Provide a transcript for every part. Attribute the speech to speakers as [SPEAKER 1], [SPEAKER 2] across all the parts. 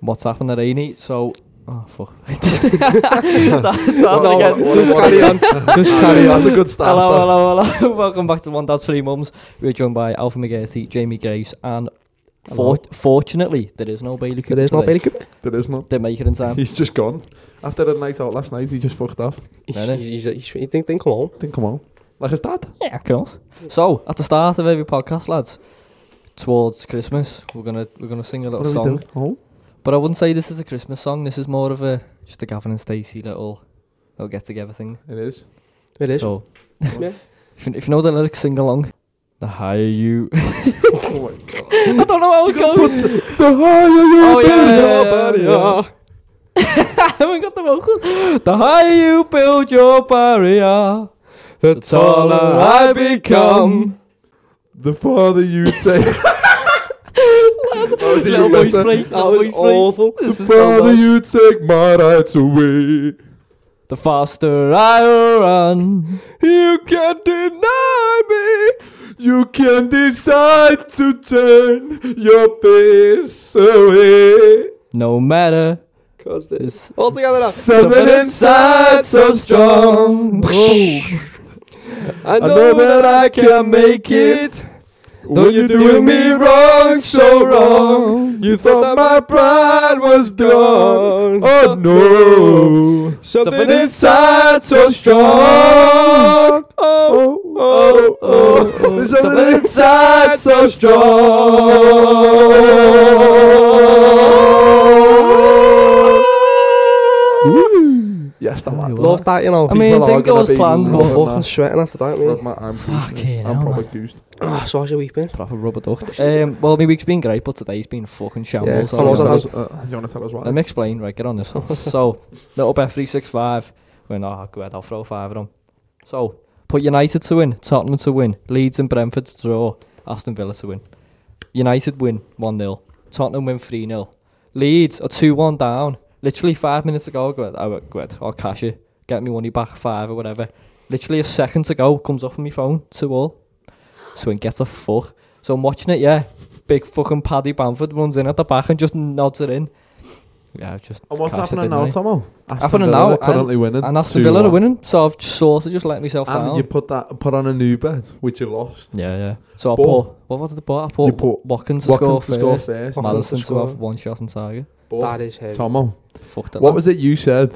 [SPEAKER 1] what's happened at Amy. So, oh fuck. Start-
[SPEAKER 2] No,
[SPEAKER 1] start again.
[SPEAKER 2] what- just carry on. Just carry on. That's a good start.
[SPEAKER 1] Hello, hello, hello. Welcome back to One Dad Three Mums. We're joined by Alpha McGarty, Jamie Grace, and
[SPEAKER 2] Hello.
[SPEAKER 1] for- fortunately, there is no Bailey Cooper.
[SPEAKER 3] There is no
[SPEAKER 1] today.
[SPEAKER 3] Bailey Cooper.
[SPEAKER 2] There is not.
[SPEAKER 1] Didn't make it in time.
[SPEAKER 2] He's just gone. After the night out last night, he just fucked off.
[SPEAKER 3] He's,
[SPEAKER 1] Really?
[SPEAKER 3] he's, he's, he's, he think, think, come on.
[SPEAKER 2] I think, come on. Like his dad.
[SPEAKER 1] Yeah, of course. So, at the start of every podcast, lads, towards Christmas, we're gonna we're gonna sing a
[SPEAKER 2] What
[SPEAKER 1] little
[SPEAKER 2] are
[SPEAKER 1] song.
[SPEAKER 2] we doing? Oh.
[SPEAKER 1] But I wouldn't say this is a Christmas song. This is more of a just a Gavin and Stacey little little get together thing.
[SPEAKER 2] It is.
[SPEAKER 3] It is.
[SPEAKER 1] So,
[SPEAKER 3] Yeah.
[SPEAKER 1] if, you- if you know the lyrics, sing along. The higher you,
[SPEAKER 2] oh my god.
[SPEAKER 1] I don't know how it goes.
[SPEAKER 2] the higher you
[SPEAKER 1] Oh, yeah,
[SPEAKER 2] build
[SPEAKER 1] yeah,
[SPEAKER 2] your
[SPEAKER 1] yeah,
[SPEAKER 2] body
[SPEAKER 1] yeah.
[SPEAKER 2] up.
[SPEAKER 1] I haven't got the vocal. The higher you build your barrier, the taller I become.
[SPEAKER 2] The farther you take. That was
[SPEAKER 1] Little
[SPEAKER 2] even
[SPEAKER 1] voice
[SPEAKER 2] better.
[SPEAKER 1] break.
[SPEAKER 3] That
[SPEAKER 1] little
[SPEAKER 3] was
[SPEAKER 1] voice break.
[SPEAKER 3] Oh, awful.
[SPEAKER 1] This
[SPEAKER 2] The
[SPEAKER 1] is so
[SPEAKER 2] farther
[SPEAKER 1] bad.
[SPEAKER 2] you take my rights away.
[SPEAKER 1] The faster I run.
[SPEAKER 2] You can deny me. You can decide to turn your face away.
[SPEAKER 1] No matter.
[SPEAKER 3] Cause
[SPEAKER 1] It's-
[SPEAKER 3] this. All together now.
[SPEAKER 2] Something inside so strong.
[SPEAKER 3] I
[SPEAKER 2] I know that I can make it. Though you're doing me wrong, so wrong. You thought my pride was gone. Oh no.
[SPEAKER 3] Something
[SPEAKER 2] Something
[SPEAKER 3] is.
[SPEAKER 2] inside so strong. Oh, oh, oh. There's something inside so strong. Yes, that
[SPEAKER 1] was-
[SPEAKER 2] was.
[SPEAKER 1] Love
[SPEAKER 3] Love that, you know.
[SPEAKER 1] I mean, I think it was planned,
[SPEAKER 3] I'm
[SPEAKER 1] but
[SPEAKER 2] Love
[SPEAKER 3] fucking sweating after that, man.
[SPEAKER 2] my arm.
[SPEAKER 1] Fucking
[SPEAKER 2] I'm
[SPEAKER 1] hell,
[SPEAKER 2] probably
[SPEAKER 1] man.
[SPEAKER 2] goosed.
[SPEAKER 3] Ah, so how's your week been?
[SPEAKER 1] Proper rubber
[SPEAKER 2] Oh,
[SPEAKER 1] duck. Um, well, my week's been great, but today's been fucking
[SPEAKER 3] Yeah,
[SPEAKER 1] shambles.
[SPEAKER 3] tell us
[SPEAKER 1] I'll-
[SPEAKER 3] about-
[SPEAKER 2] You want to tell us
[SPEAKER 1] Let
[SPEAKER 2] why?
[SPEAKER 1] me explain, right, get on this. so, little bet 365, went, oh, good, I'll throw five at them. So, put United to win, Tottenham to win, Leeds and Brentford to draw, Aston Villa to win. United win 1 0, Tottenham win 3 0. Leeds are 2 1 down. Literally five minutes ago, Gwed, I went, Gwed, I'll cash it, get me money back, five or whatever. Literally a second to go, comes off on my phone, 2 all. So, and get a fuck. So, I'm watching it, yeah. Big fucking Paddy Bamford runs in at the back and just nods it in. Yeah, just.
[SPEAKER 2] And what's
[SPEAKER 1] cashed it,
[SPEAKER 2] happening
[SPEAKER 1] didn't I?
[SPEAKER 2] now, Tomo?
[SPEAKER 1] Happening now,
[SPEAKER 2] Villa
[SPEAKER 1] and-
[SPEAKER 2] Currently winning.
[SPEAKER 1] And Aston
[SPEAKER 2] 2-1.
[SPEAKER 1] Villa are winning, so I've sort of just let myself
[SPEAKER 2] And
[SPEAKER 1] down.
[SPEAKER 2] you put that put on a new bet, which you lost.
[SPEAKER 1] yeah, yeah. So I
[SPEAKER 2] Ball.
[SPEAKER 1] put, what, what did I put? I put,
[SPEAKER 2] You put
[SPEAKER 1] Watkins to
[SPEAKER 2] Watkins to
[SPEAKER 1] score
[SPEAKER 2] score
[SPEAKER 1] first,
[SPEAKER 2] first.
[SPEAKER 1] Madison to,
[SPEAKER 3] to score.
[SPEAKER 1] have one shot on target.
[SPEAKER 2] But-
[SPEAKER 3] That is heavy.
[SPEAKER 2] Tomo,
[SPEAKER 1] Fucked it.
[SPEAKER 2] what
[SPEAKER 1] lad.
[SPEAKER 2] was it you said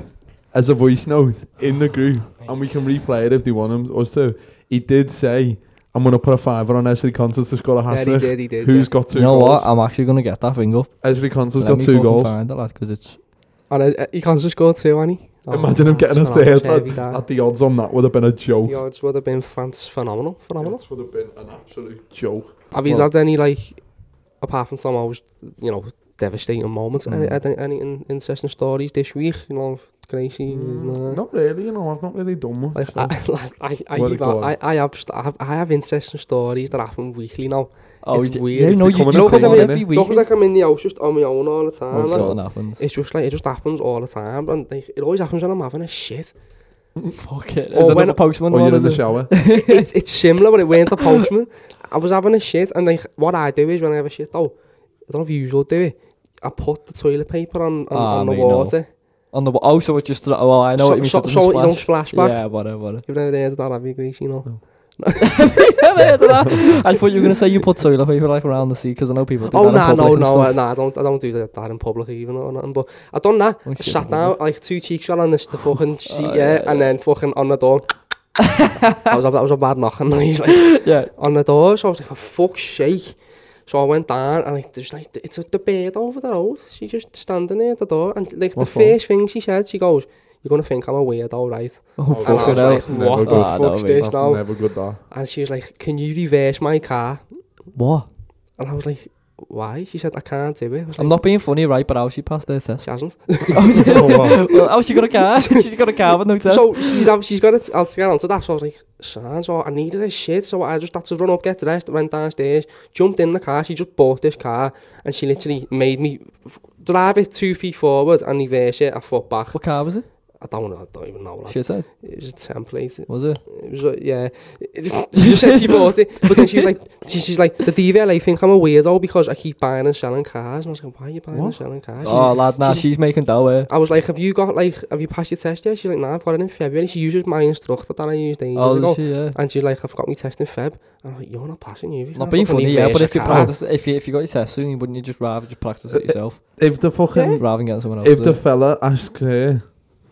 [SPEAKER 2] as a voice note in the group? and we can replay it if they want him us to. He did say, "I'm gonna put a fiver on Esri Constance to score a
[SPEAKER 3] Yeah,
[SPEAKER 2] hat
[SPEAKER 3] he
[SPEAKER 2] trick."
[SPEAKER 3] did, he did.
[SPEAKER 2] Who's
[SPEAKER 3] yeah.
[SPEAKER 2] got two
[SPEAKER 1] you know
[SPEAKER 2] goals?
[SPEAKER 1] what? I'm actually going to get that thing up.
[SPEAKER 2] Esri Constance
[SPEAKER 1] Let
[SPEAKER 2] got
[SPEAKER 1] me
[SPEAKER 2] two
[SPEAKER 1] fucking
[SPEAKER 2] goals.
[SPEAKER 1] Find it, lad, because it's.
[SPEAKER 3] And uh, he can't just score two, and he. Oh,
[SPEAKER 2] Imagine him
[SPEAKER 3] that's
[SPEAKER 2] getting a
[SPEAKER 3] phenomenal.
[SPEAKER 2] third.
[SPEAKER 3] Heavy,
[SPEAKER 2] lad.
[SPEAKER 3] that.
[SPEAKER 2] At the odds on that would have been a joke.
[SPEAKER 3] The odds would have been fans phenomenal, phenomenal.
[SPEAKER 2] That would have been an absolute joke.
[SPEAKER 3] Have you
[SPEAKER 2] Well-
[SPEAKER 3] had any like, apart from some always, you know, devastating moments? Any,
[SPEAKER 1] Mm.
[SPEAKER 3] had any, any in- interesting stories this week? You know, Gracie.
[SPEAKER 2] Mm,
[SPEAKER 3] and, uh,
[SPEAKER 2] not really, you know. I've not really done much.
[SPEAKER 3] Like,
[SPEAKER 2] so.
[SPEAKER 3] I, like, I, I,
[SPEAKER 2] Well,
[SPEAKER 3] have,
[SPEAKER 2] go on.
[SPEAKER 3] I, I, have, st- I have, I have interesting stories that happen weekly now.
[SPEAKER 1] Oh,
[SPEAKER 3] It's
[SPEAKER 1] you-
[SPEAKER 3] weird.
[SPEAKER 1] You know, you
[SPEAKER 2] Becoming a
[SPEAKER 1] joke
[SPEAKER 2] thing,
[SPEAKER 1] about
[SPEAKER 2] isn't
[SPEAKER 1] every
[SPEAKER 2] it?
[SPEAKER 1] week.
[SPEAKER 3] It's like I'm in the house just on my own all the time.
[SPEAKER 2] Oh,
[SPEAKER 3] like,
[SPEAKER 2] God.
[SPEAKER 1] Something happens.
[SPEAKER 3] it's just like it just happens all the time, and like, it always happens when I'm having a shit.
[SPEAKER 1] Fuck it.
[SPEAKER 3] Or
[SPEAKER 1] Is
[SPEAKER 3] when-
[SPEAKER 1] another postman
[SPEAKER 2] Or
[SPEAKER 1] one,
[SPEAKER 2] Oh, you're
[SPEAKER 1] is
[SPEAKER 2] in the
[SPEAKER 1] it?
[SPEAKER 2] shower.
[SPEAKER 3] it's, it's similar, but it weren't the postman. I was having a shit, and like what I do is when I have a shit, though, I don't know if you usually do it. I put the toilet paper on on,
[SPEAKER 1] Ah,
[SPEAKER 3] on the
[SPEAKER 1] mate, no.
[SPEAKER 3] water.
[SPEAKER 1] On the oh, so it just oh, I know
[SPEAKER 3] so,
[SPEAKER 1] what you mean.
[SPEAKER 3] so,
[SPEAKER 1] it
[SPEAKER 3] so it
[SPEAKER 1] doesn't
[SPEAKER 3] don't
[SPEAKER 1] splash.
[SPEAKER 3] splash back.
[SPEAKER 1] Yeah, whatever, whatever.
[SPEAKER 3] You've never heard of that, have you, Grace? You know.
[SPEAKER 1] I thought you were gonna say you put toilet paper like around the sea because I know people. Do
[SPEAKER 3] oh
[SPEAKER 1] that
[SPEAKER 3] nah,
[SPEAKER 1] in public
[SPEAKER 3] no,
[SPEAKER 1] and
[SPEAKER 3] no,
[SPEAKER 1] stuff.
[SPEAKER 3] uh, nah. I don't, I don't do that, that in public even or nothing. But I done that.
[SPEAKER 1] Oh,
[SPEAKER 3] I
[SPEAKER 1] shit, Oh,
[SPEAKER 3] sat
[SPEAKER 1] I
[SPEAKER 3] down, like two cheeks shot on this, the fucking sheet, yeah,
[SPEAKER 1] yeah,
[SPEAKER 3] and
[SPEAKER 1] yeah.
[SPEAKER 3] then fucking on the door. that was a, that was a bad knocking noise. Like,
[SPEAKER 1] Yeah,
[SPEAKER 3] on the door, so I was like, for fuck's sake. So I went down and like, there's dus, like, it's the bed over the road. She's just standing there at the door and like
[SPEAKER 2] What
[SPEAKER 3] the
[SPEAKER 2] for?
[SPEAKER 3] first thing she said, she goes, you're going to think I'm a weirdo, right?
[SPEAKER 1] Oh,
[SPEAKER 2] Oh,
[SPEAKER 3] and I
[SPEAKER 1] fucking
[SPEAKER 2] that's
[SPEAKER 3] was
[SPEAKER 1] hell.
[SPEAKER 3] like,
[SPEAKER 2] never
[SPEAKER 1] Ah, no,
[SPEAKER 2] good.
[SPEAKER 3] what the fuck's
[SPEAKER 1] mate,
[SPEAKER 3] this
[SPEAKER 2] That's
[SPEAKER 3] now?
[SPEAKER 2] never good, that.
[SPEAKER 3] And she was like, can you reverse my car?
[SPEAKER 1] What?
[SPEAKER 3] And I was like, why? She said, I can't do it. I was
[SPEAKER 1] I'm
[SPEAKER 3] like,
[SPEAKER 1] not being funny, right? But how she passed her test?
[SPEAKER 3] she hasn't.
[SPEAKER 1] well, how she got a car? she got a car with no test.
[SPEAKER 3] Oh, So she's have, she's got it. I'll get onto that. So I was like, son, so I needed this shit. So I just had to run up, get dressed, went downstairs, jumped in the car. She just bought this car, and she literally made me f- drive it two feet forward and reverse it a foot back.
[SPEAKER 1] what car was it?
[SPEAKER 3] I don't know. I don't even know. Lad.
[SPEAKER 1] Shit, eh?
[SPEAKER 3] It was a template.
[SPEAKER 1] was it?
[SPEAKER 3] It was like, yeah. It just- she just said she bought it, but then she's like, she, she's like, the DVLA think I'm a weirdo because I keep buying and selling cars. And I was like, why are you buying and
[SPEAKER 1] What?
[SPEAKER 3] selling cars? She's
[SPEAKER 1] Oh, lad, nah,
[SPEAKER 3] she's-
[SPEAKER 1] she's making dough, eh?
[SPEAKER 3] I was like, have you got like, have you passed your test yet? She's like, nah, I've got it in February. She uses my instructor that I used ages
[SPEAKER 1] Oh,
[SPEAKER 3] ago.
[SPEAKER 1] does she, yeah.
[SPEAKER 3] And she's like, I've got my test in Feb. And I'm like, you're not passing you.
[SPEAKER 1] Not being funny, yeah, but if you practice, if you if you got your test soon, wouldn't you just rather just practice it yourself
[SPEAKER 2] If the fucking
[SPEAKER 1] rather than getting someone else?
[SPEAKER 2] if
[SPEAKER 1] to
[SPEAKER 2] the
[SPEAKER 1] do it?
[SPEAKER 2] fella asks her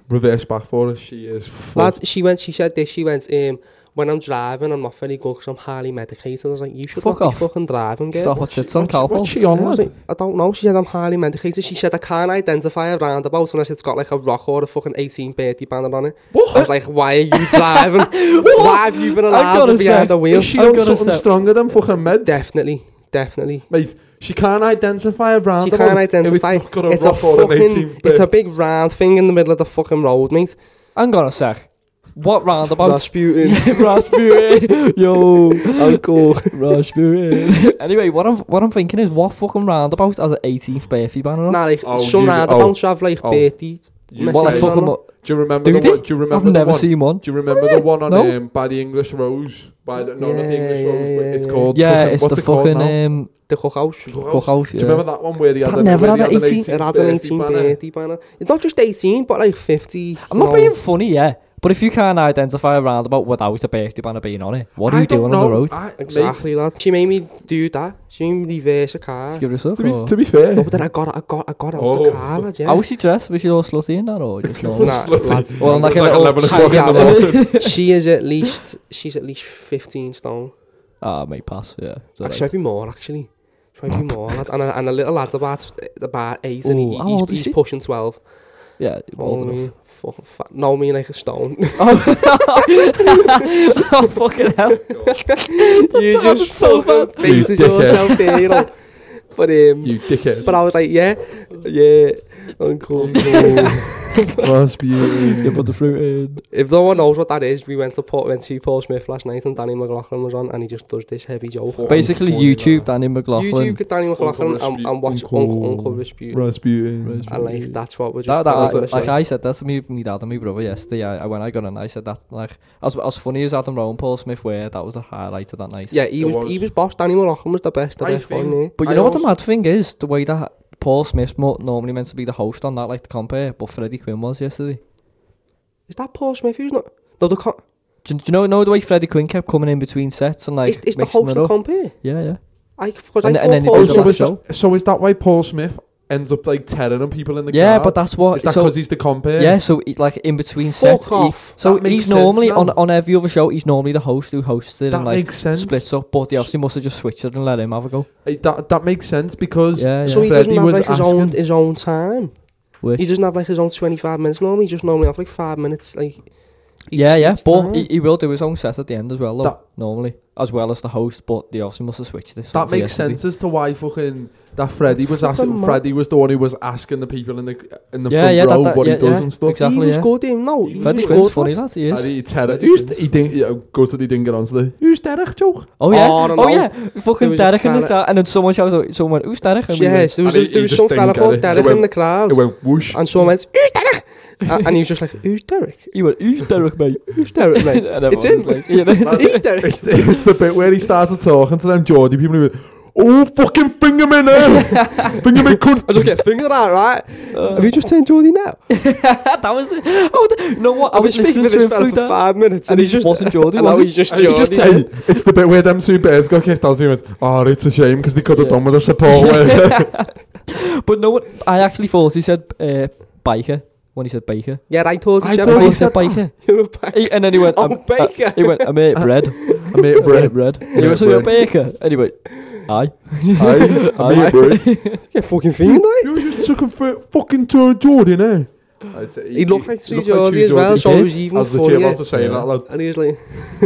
[SPEAKER 2] reverse back for us, she is
[SPEAKER 3] Lads,
[SPEAKER 2] fucked.
[SPEAKER 3] she went, she said this, she went, um, when I'm driving, I'm not very good because I'm highly medicated. I was like, you should
[SPEAKER 1] Fuck
[SPEAKER 3] not
[SPEAKER 1] off.
[SPEAKER 3] be fucking driving, girl.
[SPEAKER 1] stop what shit's on
[SPEAKER 2] What's
[SPEAKER 1] Calpol.
[SPEAKER 2] she on,
[SPEAKER 3] I, was
[SPEAKER 2] lad?
[SPEAKER 3] like, I don't know. She said I'm highly medicated. She said I can't identify a roundabout unless it's got like a rock or a fucking 1830 banner on it. I was like, why are you driving? why have you been allowed
[SPEAKER 1] gotta
[SPEAKER 3] to be behind
[SPEAKER 1] say,
[SPEAKER 3] the wheel?
[SPEAKER 2] Is she
[SPEAKER 1] I'm
[SPEAKER 2] on
[SPEAKER 1] gonna
[SPEAKER 2] something
[SPEAKER 1] say-
[SPEAKER 2] stronger than fucking meds?
[SPEAKER 3] Definitely, definitely.
[SPEAKER 2] Mate, she can't identify a
[SPEAKER 3] She
[SPEAKER 2] roundabout.
[SPEAKER 3] can't identify.
[SPEAKER 2] If it's not got a
[SPEAKER 3] it's a
[SPEAKER 2] rock or an
[SPEAKER 3] fucking,
[SPEAKER 2] 18
[SPEAKER 3] it's a big round thing in the middle of the fucking road, mate.
[SPEAKER 1] Hang on a sec. What roundabout?
[SPEAKER 3] Rasputin,
[SPEAKER 1] Rasputin, yo,
[SPEAKER 3] uncle.
[SPEAKER 1] Rasputin. anyway, what I'm what I'm thinking is what fucking roundabout has an 18th birthday banner on?
[SPEAKER 3] nah, like,
[SPEAKER 2] Oh,
[SPEAKER 3] some
[SPEAKER 2] you-
[SPEAKER 3] roundabouts have like
[SPEAKER 2] oh.
[SPEAKER 3] 30.
[SPEAKER 2] You
[SPEAKER 1] Well, like
[SPEAKER 2] say-
[SPEAKER 3] Message
[SPEAKER 1] fucking,
[SPEAKER 3] banner.
[SPEAKER 1] what-
[SPEAKER 2] Do you remember
[SPEAKER 1] Do
[SPEAKER 2] the
[SPEAKER 1] they?
[SPEAKER 2] one? Do you remember
[SPEAKER 1] I've
[SPEAKER 2] the
[SPEAKER 1] never
[SPEAKER 2] one?
[SPEAKER 1] seen one.
[SPEAKER 2] Do you remember the one on
[SPEAKER 1] No.
[SPEAKER 2] um, by the English Rose? By the, no, not the
[SPEAKER 3] Yeah,
[SPEAKER 2] English
[SPEAKER 3] yeah,
[SPEAKER 2] Rose. but
[SPEAKER 3] yeah,
[SPEAKER 2] it's
[SPEAKER 3] yeah.
[SPEAKER 2] called.
[SPEAKER 1] Yeah,
[SPEAKER 2] fucking-
[SPEAKER 1] it's
[SPEAKER 2] what's
[SPEAKER 1] the
[SPEAKER 2] it called
[SPEAKER 1] fucking
[SPEAKER 2] now?
[SPEAKER 1] um,
[SPEAKER 3] The cookhouse.
[SPEAKER 1] cookhouse.
[SPEAKER 2] Do you
[SPEAKER 1] Yeah.
[SPEAKER 2] remember that one where they had
[SPEAKER 1] That
[SPEAKER 2] an-
[SPEAKER 1] never
[SPEAKER 2] where
[SPEAKER 1] had
[SPEAKER 2] they
[SPEAKER 1] an
[SPEAKER 2] had
[SPEAKER 1] 18
[SPEAKER 3] It had
[SPEAKER 2] 18
[SPEAKER 3] an
[SPEAKER 2] banner?
[SPEAKER 3] 1830 banner. Not just 18, but like 50.
[SPEAKER 1] I'm not
[SPEAKER 3] no.
[SPEAKER 1] being funny, yeah. But if you can't identify a roundabout without a birthday banner being on it, what are
[SPEAKER 2] I
[SPEAKER 1] you
[SPEAKER 2] don't
[SPEAKER 1] doing
[SPEAKER 2] know.
[SPEAKER 1] on the road?
[SPEAKER 2] I- mate,
[SPEAKER 3] Exactly, lad. She made me do that. She made me reverse a car.
[SPEAKER 1] Just give it a suck,
[SPEAKER 2] to, be,
[SPEAKER 1] or-
[SPEAKER 2] to be fair,
[SPEAKER 3] No, but then I got, I got, I got out
[SPEAKER 2] Oh.
[SPEAKER 3] the car, lad, yeah.
[SPEAKER 1] How was she dressed? Was she all slutty in that or just normal?
[SPEAKER 3] Nah,
[SPEAKER 2] Slutty.
[SPEAKER 3] lad.
[SPEAKER 1] Well, like
[SPEAKER 2] it's
[SPEAKER 1] a
[SPEAKER 2] like
[SPEAKER 1] little
[SPEAKER 2] 11 o'clock in
[SPEAKER 3] Yeah,
[SPEAKER 2] the
[SPEAKER 3] well,
[SPEAKER 2] morning.
[SPEAKER 3] she is at least, she's at least 15 stone.
[SPEAKER 1] Ah, mate, pass. Yeah. So
[SPEAKER 3] Actually, might be more, actually. She might be more, lad. And a, and a little lad's about, about 8 and
[SPEAKER 1] Ooh,
[SPEAKER 3] he,
[SPEAKER 1] how old
[SPEAKER 3] he's,
[SPEAKER 1] is
[SPEAKER 3] he's
[SPEAKER 1] she?
[SPEAKER 3] pushing 12.
[SPEAKER 1] that's- yeah,
[SPEAKER 3] Oh,
[SPEAKER 1] old enough.
[SPEAKER 3] me, fucking fat. No, me like a stone.
[SPEAKER 1] oh fucking hell!
[SPEAKER 3] you
[SPEAKER 1] happened
[SPEAKER 3] just
[SPEAKER 1] so
[SPEAKER 3] fucking
[SPEAKER 1] bad.
[SPEAKER 3] fated
[SPEAKER 2] You dickhead.
[SPEAKER 3] yourself there, you know. But, um,
[SPEAKER 2] you dickhead.
[SPEAKER 3] but I was like, yeah, yeah, uncle.
[SPEAKER 2] That's beautiful.
[SPEAKER 1] you put the fruit in.
[SPEAKER 3] If no one knows what that is, we went to Paul, went to see Paul Smith last night, and Danny McLaughlin was on, and he just does this heavy joke.
[SPEAKER 2] Fuck.
[SPEAKER 1] Basically,
[SPEAKER 2] Funny,
[SPEAKER 1] YouTube
[SPEAKER 2] though.
[SPEAKER 1] Danny
[SPEAKER 3] You
[SPEAKER 1] McLaughlin.
[SPEAKER 3] do Danny McLaughlin
[SPEAKER 2] Uncle
[SPEAKER 3] and, and watch
[SPEAKER 2] Rasputin.
[SPEAKER 3] Uncle, Uncle Rasputin,
[SPEAKER 2] Rasputin.
[SPEAKER 3] and like that's what we're just.
[SPEAKER 1] That, that,
[SPEAKER 3] that's
[SPEAKER 2] That's
[SPEAKER 1] I-
[SPEAKER 2] what
[SPEAKER 3] what
[SPEAKER 2] I
[SPEAKER 1] like
[SPEAKER 3] we're
[SPEAKER 1] I said, that's me, me dad and me brother yesterday. I, I- when I got on, I said that like as as funny as Adam Rowe and Paul Smith were, that was the highlight of that night.
[SPEAKER 3] yeah, he
[SPEAKER 2] It
[SPEAKER 3] was, he
[SPEAKER 2] was.
[SPEAKER 3] was boss. Danny McLaughlin was the best, the
[SPEAKER 2] I
[SPEAKER 3] best one.
[SPEAKER 2] think-
[SPEAKER 3] there.
[SPEAKER 1] But you
[SPEAKER 2] I
[SPEAKER 1] know what the
[SPEAKER 2] also-
[SPEAKER 1] mad thing is? The way that Paul Smith's mo- normally meant to be the host on that, like the compare, but Freddie Quinn was yesterday.
[SPEAKER 3] Is that Paul Smith? Who's not? No, the co-
[SPEAKER 1] Do, you- do you know, know the way Freddie Quinn kept coming in between sets and like
[SPEAKER 3] it's, it's the
[SPEAKER 1] mixing
[SPEAKER 3] host
[SPEAKER 1] it
[SPEAKER 3] of
[SPEAKER 1] up?
[SPEAKER 3] compare.
[SPEAKER 1] yeah, yeah.
[SPEAKER 3] I because
[SPEAKER 1] And-
[SPEAKER 3] I
[SPEAKER 1] and then
[SPEAKER 3] thought
[SPEAKER 1] he does
[SPEAKER 2] Oh,
[SPEAKER 3] Paul.
[SPEAKER 1] a
[SPEAKER 2] so
[SPEAKER 1] rap
[SPEAKER 2] is,
[SPEAKER 1] show.
[SPEAKER 2] that, so is that why Paul Smith ends up like tearing on people in the
[SPEAKER 1] Yeah,
[SPEAKER 2] crowd?
[SPEAKER 1] but that's what.
[SPEAKER 2] is that
[SPEAKER 1] so-
[SPEAKER 2] because he's the compare?
[SPEAKER 1] Yeah, so he, like in between
[SPEAKER 3] Fuck
[SPEAKER 1] sets, he-
[SPEAKER 3] off.
[SPEAKER 1] so
[SPEAKER 2] That makes
[SPEAKER 1] he's
[SPEAKER 2] sense
[SPEAKER 1] normally
[SPEAKER 2] now.
[SPEAKER 1] on on every other show. He's normally the host who hosts it
[SPEAKER 2] that
[SPEAKER 1] and like
[SPEAKER 2] makes sense.
[SPEAKER 1] splits up. But they obviously must have just switched it and let him have a go.
[SPEAKER 2] Hey, that that makes sense because
[SPEAKER 1] Yeah, yeah.
[SPEAKER 3] So he doesn't
[SPEAKER 2] Freddie
[SPEAKER 3] have
[SPEAKER 2] was
[SPEAKER 3] like his own
[SPEAKER 2] asking-
[SPEAKER 3] his own time.
[SPEAKER 1] Which-
[SPEAKER 3] He doesn't have like his own twenty five minutes normally. He just normally have like five minutes like. each-
[SPEAKER 1] yeah, yeah.
[SPEAKER 3] each
[SPEAKER 1] But
[SPEAKER 3] time.
[SPEAKER 1] he, he will do his own set at the end as well, though.
[SPEAKER 2] That-
[SPEAKER 1] normally, as well as the host. But they obviously must have switched this.
[SPEAKER 2] that
[SPEAKER 1] up for
[SPEAKER 2] makes
[SPEAKER 1] yesterday.
[SPEAKER 2] sense as to why fucking that Freddie
[SPEAKER 3] That's
[SPEAKER 2] was
[SPEAKER 3] fucking
[SPEAKER 2] asking.
[SPEAKER 3] mad.
[SPEAKER 2] Freddie was the one who was asking the people in the in the
[SPEAKER 1] Yeah,
[SPEAKER 2] front
[SPEAKER 1] yeah, that-
[SPEAKER 2] row
[SPEAKER 1] that-
[SPEAKER 2] what
[SPEAKER 1] yeah,
[SPEAKER 2] he does
[SPEAKER 1] yeah,
[SPEAKER 2] and stuff.
[SPEAKER 1] exactly.
[SPEAKER 3] He was
[SPEAKER 1] yeah.
[SPEAKER 3] good, him. No, he
[SPEAKER 1] Freddie
[SPEAKER 3] was
[SPEAKER 1] Quinn's
[SPEAKER 3] good.
[SPEAKER 1] funny,
[SPEAKER 3] lad.
[SPEAKER 1] lad. He is.
[SPEAKER 2] And he terror. Who's th- he think? Yeah, goes to the didn't get onto the. Who's Derek joke?
[SPEAKER 1] Oh yeah,
[SPEAKER 3] yeah.
[SPEAKER 1] oh,
[SPEAKER 3] Oh, no.
[SPEAKER 1] yeah,
[SPEAKER 3] There
[SPEAKER 1] fucking
[SPEAKER 3] was a
[SPEAKER 1] Derek in the
[SPEAKER 3] fella-
[SPEAKER 1] crowd, and then someone shouts out, someone, who's Derek? And we
[SPEAKER 3] Yes, there was,
[SPEAKER 2] And
[SPEAKER 3] a,
[SPEAKER 2] he-
[SPEAKER 3] there
[SPEAKER 2] he
[SPEAKER 3] was
[SPEAKER 2] just
[SPEAKER 3] some
[SPEAKER 2] didn't
[SPEAKER 3] fella
[SPEAKER 2] get
[SPEAKER 3] called
[SPEAKER 2] it.
[SPEAKER 3] Derek
[SPEAKER 2] It
[SPEAKER 3] in the crowd,
[SPEAKER 2] It went whoosh.
[SPEAKER 3] and someone went, "Who's Derek?" A- and he was just like, "Who's Derek?
[SPEAKER 1] went, he went, who's Derek, mate?
[SPEAKER 3] Who's Derek, mate?
[SPEAKER 1] And
[SPEAKER 3] it's him.
[SPEAKER 1] everyone was Like, you know,
[SPEAKER 3] Who's Derek?"
[SPEAKER 2] It's, it's the bit where he started talking to them Geordie people who were, oh, fucking finger me now! finger me cunt!
[SPEAKER 3] I just get fingered out, right?
[SPEAKER 1] Uh,
[SPEAKER 3] Have you just turned Geordie now?
[SPEAKER 1] that was it. Oh, th- you know what? I
[SPEAKER 3] I've been
[SPEAKER 1] was
[SPEAKER 3] speaking
[SPEAKER 1] listening to
[SPEAKER 3] to
[SPEAKER 1] him
[SPEAKER 3] this fella
[SPEAKER 1] through
[SPEAKER 3] for
[SPEAKER 1] that,
[SPEAKER 3] five minutes,
[SPEAKER 1] and he just wasn't Jordy,
[SPEAKER 3] and now
[SPEAKER 1] was
[SPEAKER 3] he's
[SPEAKER 1] he?
[SPEAKER 3] just
[SPEAKER 2] And he
[SPEAKER 3] Geordie.
[SPEAKER 2] just- hey, it's the bit where them two birds got kicked out and he went, oh, it's a shame because they could have
[SPEAKER 1] Yeah.
[SPEAKER 2] done with a support worker.
[SPEAKER 1] But no, what I actually thought he said uh, biker when he said baker.
[SPEAKER 3] yeah, I told you,
[SPEAKER 2] I
[SPEAKER 1] I
[SPEAKER 3] Shep,
[SPEAKER 1] thought
[SPEAKER 3] mate.
[SPEAKER 1] he said biker.
[SPEAKER 3] You're a back.
[SPEAKER 1] He- and then he went,
[SPEAKER 3] Oh,
[SPEAKER 1] "I'm- uh,
[SPEAKER 3] baker."
[SPEAKER 1] He went, I made bread.
[SPEAKER 2] I made
[SPEAKER 1] I made
[SPEAKER 2] bread.
[SPEAKER 1] bread. He
[SPEAKER 2] Mate,
[SPEAKER 1] went, so you're a
[SPEAKER 2] bread.
[SPEAKER 1] baker. Anyway, aye.
[SPEAKER 2] Aye, I made bread.
[SPEAKER 3] Get fucking fingered out.
[SPEAKER 2] You just took a fi- fucking eh? to Geordie now. I'd say
[SPEAKER 3] He looked like True
[SPEAKER 2] looked True
[SPEAKER 3] Geordie as well,
[SPEAKER 2] Geordie.
[SPEAKER 3] so
[SPEAKER 1] He
[SPEAKER 3] he
[SPEAKER 1] did.
[SPEAKER 3] was even
[SPEAKER 2] As the
[SPEAKER 3] funnier.
[SPEAKER 2] chairman's was saying
[SPEAKER 1] Yeah.
[SPEAKER 2] that, lad.
[SPEAKER 3] And he was like,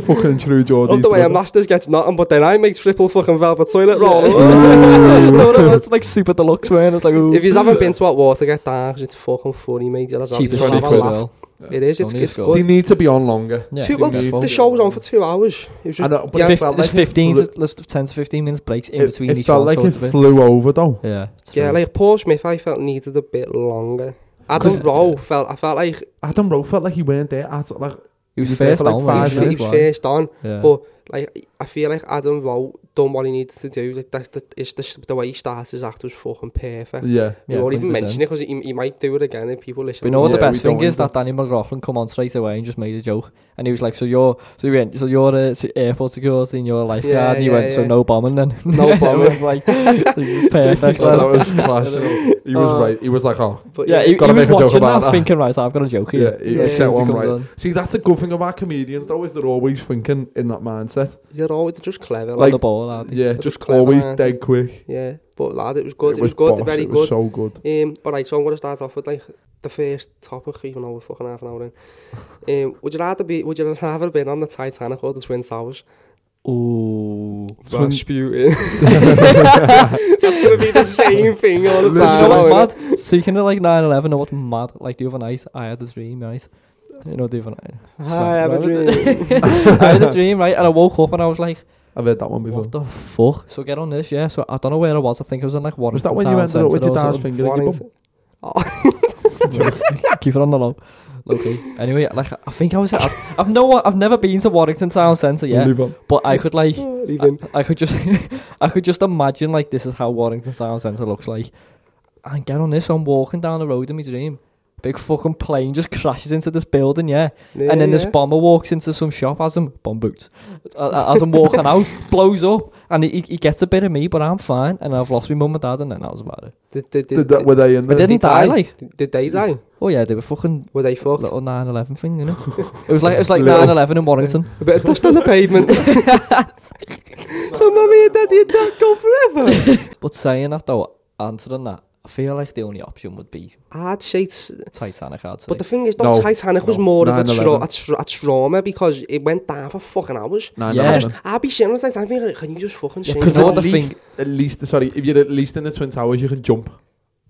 [SPEAKER 2] Fucking True Geordie.
[SPEAKER 3] love the way a master's gets nothing, but then I make triple fucking velvet toilet roll.
[SPEAKER 1] no, no, it's like super deluxe, man. It's like, ooh.
[SPEAKER 3] If you haven't been to what water, get down 'cause it's fucking funny, mate. You'll have-
[SPEAKER 1] cheap as
[SPEAKER 3] you'll
[SPEAKER 2] Twenty
[SPEAKER 1] cheap
[SPEAKER 3] have a
[SPEAKER 1] as
[SPEAKER 2] quid.
[SPEAKER 3] laugh.
[SPEAKER 1] well.
[SPEAKER 3] It is, it's,
[SPEAKER 1] Only a
[SPEAKER 3] it's
[SPEAKER 1] skull.
[SPEAKER 3] good.
[SPEAKER 2] They need to be on longer.
[SPEAKER 1] Yeah,
[SPEAKER 3] two,
[SPEAKER 1] give
[SPEAKER 3] well,
[SPEAKER 1] me a
[SPEAKER 3] the
[SPEAKER 1] fuck.
[SPEAKER 3] show was on for two hours.
[SPEAKER 1] Ah,
[SPEAKER 3] It was
[SPEAKER 2] I
[SPEAKER 3] just
[SPEAKER 2] know, but
[SPEAKER 3] yeah,
[SPEAKER 2] it
[SPEAKER 1] Fif-
[SPEAKER 2] felt
[SPEAKER 1] there's
[SPEAKER 2] like it
[SPEAKER 1] 15,
[SPEAKER 2] flew-
[SPEAKER 1] let's do 10 to 15 minutes breaks in
[SPEAKER 2] It-
[SPEAKER 1] between
[SPEAKER 2] it
[SPEAKER 1] each one.
[SPEAKER 2] felt like
[SPEAKER 1] so
[SPEAKER 2] it
[SPEAKER 1] it's a bit-
[SPEAKER 2] flew over though.
[SPEAKER 1] yeah, it's
[SPEAKER 3] yeah,
[SPEAKER 1] true.
[SPEAKER 3] like Paul Smith, I felt needed a bit longer. Adam Rowe felt I felt
[SPEAKER 1] Ah,
[SPEAKER 3] like
[SPEAKER 2] Adam Rowe felt like he weren't there at like
[SPEAKER 1] He was
[SPEAKER 2] He's there
[SPEAKER 1] first
[SPEAKER 2] for
[SPEAKER 1] on
[SPEAKER 2] like
[SPEAKER 1] when he
[SPEAKER 2] five
[SPEAKER 1] was
[SPEAKER 2] minutes,
[SPEAKER 3] he's
[SPEAKER 1] first one.
[SPEAKER 3] first on,
[SPEAKER 1] Yeah.
[SPEAKER 3] but like I feel like Adam Rowe done what he needed to do. Like that, that is the, the way he started his act was fucking dus perfect.
[SPEAKER 2] yeah.
[SPEAKER 3] We
[SPEAKER 1] Yeah,
[SPEAKER 3] won't even
[SPEAKER 1] 100%.
[SPEAKER 3] mention it because he, he might do it again if people listen.
[SPEAKER 1] But you know what the
[SPEAKER 2] Yeah,
[SPEAKER 1] best
[SPEAKER 2] we
[SPEAKER 1] thing
[SPEAKER 2] don't
[SPEAKER 1] is that Danny McLaughlin come on straight away and just made a joke, and he was like, "So you're, so you went, so you're uh, se- airport security and you're a lifeguard,"
[SPEAKER 3] Yeah,
[SPEAKER 1] and he
[SPEAKER 3] yeah,
[SPEAKER 1] went, "So
[SPEAKER 3] yeah.
[SPEAKER 1] no bombing then."
[SPEAKER 3] No bombing.
[SPEAKER 1] Everyone's like, "This is perfect.
[SPEAKER 2] So that
[SPEAKER 1] lad."
[SPEAKER 2] was classic. He was
[SPEAKER 3] Uh,
[SPEAKER 2] right. He was like, oh,
[SPEAKER 3] But
[SPEAKER 1] yeah, he, he
[SPEAKER 2] Gotta
[SPEAKER 1] was
[SPEAKER 2] make a joke
[SPEAKER 1] watching
[SPEAKER 2] about
[SPEAKER 1] that,
[SPEAKER 2] that.
[SPEAKER 1] thinking, "Right, so I've got a joke
[SPEAKER 2] yeah,
[SPEAKER 1] here."
[SPEAKER 2] he
[SPEAKER 3] yeah,
[SPEAKER 2] set
[SPEAKER 1] he's
[SPEAKER 2] one
[SPEAKER 1] a good
[SPEAKER 2] right.
[SPEAKER 1] one.
[SPEAKER 2] See, that's the good thing about comedians, though, is they're always thinking in that mindset.
[SPEAKER 3] they're always they're just clever.
[SPEAKER 1] On
[SPEAKER 3] Like,
[SPEAKER 2] Like-
[SPEAKER 1] the ball, lad.
[SPEAKER 2] Yeah,
[SPEAKER 3] was
[SPEAKER 2] just
[SPEAKER 3] clever,
[SPEAKER 2] always
[SPEAKER 3] aren't
[SPEAKER 2] dead quick.
[SPEAKER 3] yeah, but lad, it was good. It,
[SPEAKER 2] It
[SPEAKER 3] was, good,
[SPEAKER 2] boss,
[SPEAKER 3] very
[SPEAKER 2] it was
[SPEAKER 3] good.
[SPEAKER 2] so good.
[SPEAKER 3] Um, all right, so I'm going to start off with like the first topic. Even though we're fucking half an hour in, um, would you rather be? Would you rather been on the Titanic or the Twin Towers?
[SPEAKER 1] Ooh,
[SPEAKER 2] Twin-
[SPEAKER 3] Rasputin. That's going to be the same thing all the
[SPEAKER 1] Do you
[SPEAKER 3] time.
[SPEAKER 1] know
[SPEAKER 3] isn't it?
[SPEAKER 1] what's mad? Speaking of like 9-11, know what's mad? Like the other night, I had this dream, right? You know, the other night.
[SPEAKER 3] Hi, I have a
[SPEAKER 1] Sorry.
[SPEAKER 3] dream.
[SPEAKER 1] I had a dream, right? And I woke up and I was like,
[SPEAKER 2] I've heard that one before.
[SPEAKER 1] What the fuck? So get on this, yeah. So I don't know where I was. I think I was in like Warrington
[SPEAKER 2] Was that when you
[SPEAKER 1] Town
[SPEAKER 2] ended up with
[SPEAKER 1] Centre
[SPEAKER 2] your
[SPEAKER 1] or
[SPEAKER 2] dad's
[SPEAKER 1] something.
[SPEAKER 2] finger? in your
[SPEAKER 3] Warrington.
[SPEAKER 2] bum?
[SPEAKER 1] Keep it on the low. Okay. Anyway, like I think I was. I've, I've no. I've never been to Warrington Town Centre yet,
[SPEAKER 2] Move on.
[SPEAKER 1] but I could like.
[SPEAKER 3] Even
[SPEAKER 1] I, I could just. I could just imagine like this is how Warrington Town Centre looks like. And get on this. I'm walking down the road in my dream. Big fucking plane just crashes into this building, yeah. and then this bomber walks into some shop as I'm bomb boots, uh, as I'm walking out, blows up, and he, he gets a bit of me, but I'm fine, and I've lost my mum and dad, and then that was about it.
[SPEAKER 3] did, did,
[SPEAKER 2] Did that, were they in
[SPEAKER 1] I
[SPEAKER 2] there?
[SPEAKER 1] didn't die,
[SPEAKER 3] die?
[SPEAKER 1] like.
[SPEAKER 3] did, did they die?
[SPEAKER 1] Oh yeah, they were fucking
[SPEAKER 3] Were they fucked?
[SPEAKER 1] little 9/11 thing, you know. it was like it was like
[SPEAKER 2] Little-
[SPEAKER 1] 9/11 in Warrington.
[SPEAKER 3] A bit of dust on the pavement. so mummy and daddy and dad go forever.
[SPEAKER 1] But saying that though, answering that, I feel like the only option would be
[SPEAKER 3] I'd say it's-
[SPEAKER 1] Titanic. I'd say.
[SPEAKER 3] But the thing is, no,
[SPEAKER 2] No,
[SPEAKER 3] Titanic was
[SPEAKER 2] no.
[SPEAKER 3] more of a,
[SPEAKER 2] 9/11.
[SPEAKER 3] tra- a, tra- a trauma because it went down for fucking hours.
[SPEAKER 2] Nah,
[SPEAKER 1] Yeah.
[SPEAKER 2] nah,
[SPEAKER 1] Just-
[SPEAKER 2] man.
[SPEAKER 3] I'd be sitting on the Titanic thinking, can you just fucking
[SPEAKER 1] Yeah,
[SPEAKER 3] sink?
[SPEAKER 1] because
[SPEAKER 3] now?
[SPEAKER 1] all the thing-
[SPEAKER 2] least, at least, sorry, if you're at least in the Twin Towers, you can jump.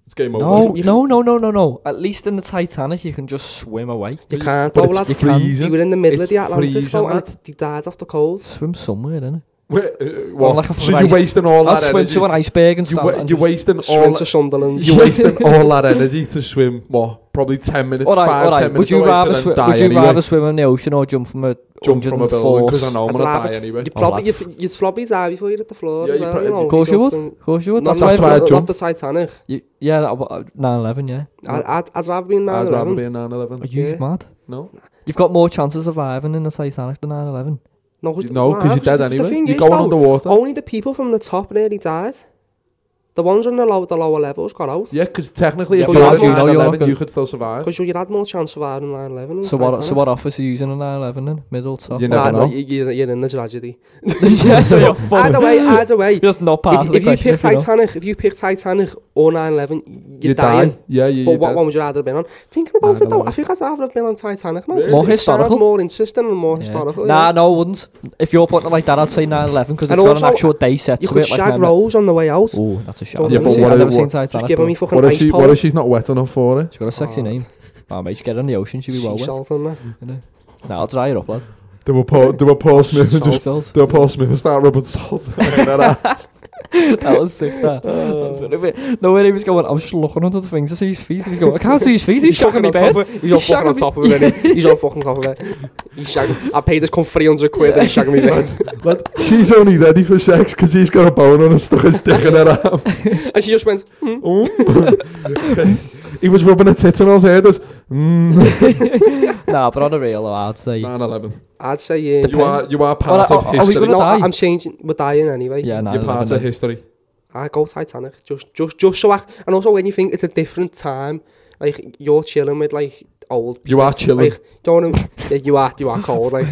[SPEAKER 2] It's game over.
[SPEAKER 1] no,
[SPEAKER 3] you
[SPEAKER 1] no, no, no, no, no. At least in the Titanic, you can just swim away.
[SPEAKER 3] You can't,
[SPEAKER 2] But
[SPEAKER 3] though,
[SPEAKER 2] it's
[SPEAKER 3] lads.
[SPEAKER 2] freezing.
[SPEAKER 3] You were in the middle
[SPEAKER 2] It's
[SPEAKER 3] of the Atlantic,
[SPEAKER 2] freezing,
[SPEAKER 3] though, and
[SPEAKER 2] lad.
[SPEAKER 3] it's, they died off the cold.
[SPEAKER 1] Swim somewhere, innit?
[SPEAKER 2] Wait, uh, what?
[SPEAKER 1] like a
[SPEAKER 2] so you're
[SPEAKER 1] fucking-
[SPEAKER 2] wasting all
[SPEAKER 1] I'd
[SPEAKER 2] that
[SPEAKER 1] swim
[SPEAKER 2] energy.
[SPEAKER 1] to an iceberg and
[SPEAKER 2] you
[SPEAKER 1] stand. and
[SPEAKER 2] you're
[SPEAKER 1] just-
[SPEAKER 2] wasting all
[SPEAKER 3] Swim to Sunderland.
[SPEAKER 2] You're wasting all that energy to swim, what? Probably 10 minutes,
[SPEAKER 1] All right,
[SPEAKER 2] five,
[SPEAKER 1] all right.
[SPEAKER 2] 10
[SPEAKER 1] Would
[SPEAKER 2] minutes
[SPEAKER 1] you
[SPEAKER 2] away to
[SPEAKER 1] rather
[SPEAKER 2] then
[SPEAKER 1] swi-
[SPEAKER 2] die
[SPEAKER 1] Would you
[SPEAKER 2] anyway.
[SPEAKER 1] rather swim in the ocean or jump from a
[SPEAKER 2] jump from a building? Because I know I'm
[SPEAKER 3] I'd
[SPEAKER 2] going to
[SPEAKER 3] rather-
[SPEAKER 2] die anyway.
[SPEAKER 3] You probably,
[SPEAKER 1] laugh.
[SPEAKER 3] you, you'd probably die before you hit the floor.
[SPEAKER 2] Yeah,
[SPEAKER 3] as
[SPEAKER 2] you
[SPEAKER 3] well,
[SPEAKER 2] pro-
[SPEAKER 3] know,
[SPEAKER 1] Of course you would.
[SPEAKER 3] something.
[SPEAKER 1] Of course you would.
[SPEAKER 3] Not,
[SPEAKER 1] That's,
[SPEAKER 3] not,
[SPEAKER 2] that's why I
[SPEAKER 1] why.
[SPEAKER 3] not, not
[SPEAKER 2] jumped.
[SPEAKER 3] the Titanic.
[SPEAKER 1] You, yeah, that, uh, 9/11. Yeah.
[SPEAKER 3] I'd, I'd, I'd rather be in 9
[SPEAKER 2] I'd rather
[SPEAKER 3] 11.
[SPEAKER 2] be a 911.
[SPEAKER 1] Are you
[SPEAKER 3] Yeah.
[SPEAKER 1] mad?
[SPEAKER 2] No?
[SPEAKER 1] You've got more chance of surviving in the Titanic than 9/11.
[SPEAKER 3] No,
[SPEAKER 2] No, because you're dead anyway. You're going
[SPEAKER 3] on the
[SPEAKER 2] underwater.
[SPEAKER 3] Only the people from the top nearly died. The ones on the low, the lower levels got out.
[SPEAKER 2] Yeah, because technically,
[SPEAKER 1] Yeah,
[SPEAKER 2] if
[SPEAKER 1] but
[SPEAKER 2] you're
[SPEAKER 1] you
[SPEAKER 2] at
[SPEAKER 1] know you're not
[SPEAKER 2] 911,
[SPEAKER 1] gonna-
[SPEAKER 2] you could still survive.
[SPEAKER 3] Because you had more chance of surviving 9 11.
[SPEAKER 1] So what? So what office are you using in 9/11 then? Middle top.
[SPEAKER 2] Mm,
[SPEAKER 1] bottom?
[SPEAKER 2] You
[SPEAKER 3] Nah,
[SPEAKER 2] never
[SPEAKER 3] no,
[SPEAKER 2] know.
[SPEAKER 3] you- you're, you're in the tragedy.
[SPEAKER 1] yeah. So you're fucked.
[SPEAKER 3] Either way, either way.
[SPEAKER 1] You're just not part
[SPEAKER 3] if
[SPEAKER 1] of the
[SPEAKER 3] if you
[SPEAKER 1] question.
[SPEAKER 3] pick
[SPEAKER 1] if you know.
[SPEAKER 3] Titanic, if you pick Titanic or 9 11, you're
[SPEAKER 2] You
[SPEAKER 3] dying.
[SPEAKER 2] die. Yeah, yeah,
[SPEAKER 3] But
[SPEAKER 2] you
[SPEAKER 3] what
[SPEAKER 2] die.
[SPEAKER 3] one would you rather have been on? Thinking about it though,
[SPEAKER 1] 9/11.
[SPEAKER 3] I think I'd rather have been on Titanic. Man.
[SPEAKER 2] Really?
[SPEAKER 3] It
[SPEAKER 1] More
[SPEAKER 3] sounds
[SPEAKER 1] historical?
[SPEAKER 3] More insistent and more
[SPEAKER 1] Yeah.
[SPEAKER 3] historical.
[SPEAKER 1] Nah,
[SPEAKER 3] yeah.
[SPEAKER 1] no, I wouldn't. If you're putting it like that, I'd say 9/11 because it's
[SPEAKER 3] And
[SPEAKER 1] got an
[SPEAKER 3] also,
[SPEAKER 1] actual day set
[SPEAKER 3] You
[SPEAKER 1] to
[SPEAKER 3] could
[SPEAKER 1] it.
[SPEAKER 3] shag
[SPEAKER 1] Like,
[SPEAKER 3] Rose on the way out.
[SPEAKER 1] oh, that's a shag.
[SPEAKER 3] Yeah,
[SPEAKER 1] I've never
[SPEAKER 2] but
[SPEAKER 1] seen- I've
[SPEAKER 2] what if-
[SPEAKER 1] never seen
[SPEAKER 2] what-
[SPEAKER 1] Titanic.
[SPEAKER 3] Just give
[SPEAKER 1] but
[SPEAKER 3] him me fucking
[SPEAKER 2] What if,
[SPEAKER 3] ice
[SPEAKER 2] she,
[SPEAKER 3] pole.
[SPEAKER 2] what if she's not wet enough for it?
[SPEAKER 1] She's got a sexy
[SPEAKER 3] Oh,
[SPEAKER 1] name. Ah, mate, you get in the ocean, she'll be well
[SPEAKER 3] Sea
[SPEAKER 1] wet.
[SPEAKER 3] salt on there.
[SPEAKER 1] Nah, I'll dry her up, lad.
[SPEAKER 2] Do a Paul, do a Paul Smith and just...
[SPEAKER 1] Salt.
[SPEAKER 2] Do a Paul Smith and start rubbing salt in her ass.
[SPEAKER 1] that was sick. That. that was really weird. No, where he was going, I was just looking under the things to see his feet. And he's going, I can't see his feet. He's shagging me
[SPEAKER 3] on top
[SPEAKER 1] bed.
[SPEAKER 3] of it. He's on
[SPEAKER 1] He's
[SPEAKER 3] fucking on
[SPEAKER 1] shagging
[SPEAKER 3] top of it. isn't he? He's on fucking top of it. He's shagging. I paid this cunt 300 quid and he's shagging me bed.
[SPEAKER 2] But she's only ready for sex because he's got a bone on and stuck his dick in her arm.
[SPEAKER 3] And she just went, hmm.
[SPEAKER 2] he was rubbing a tit on his head as mm.
[SPEAKER 1] nah, but on a real, though, I'd say.
[SPEAKER 2] 9/11.
[SPEAKER 3] I'd say, uh,
[SPEAKER 2] You are you are part
[SPEAKER 1] Well,
[SPEAKER 2] of
[SPEAKER 1] are- are we
[SPEAKER 2] history.
[SPEAKER 1] Oh, gonna-
[SPEAKER 3] no, I-
[SPEAKER 1] die?
[SPEAKER 3] I'm changing. We're dying anyway.
[SPEAKER 1] Yeah, nah.
[SPEAKER 2] You're part of history.
[SPEAKER 3] I go Titanic. Just, just, just so I. And also, when you think it's a different time, like you're chilling with like old.
[SPEAKER 2] You are chilling.
[SPEAKER 3] Like, don't know, yeah, you are, you are cold, like,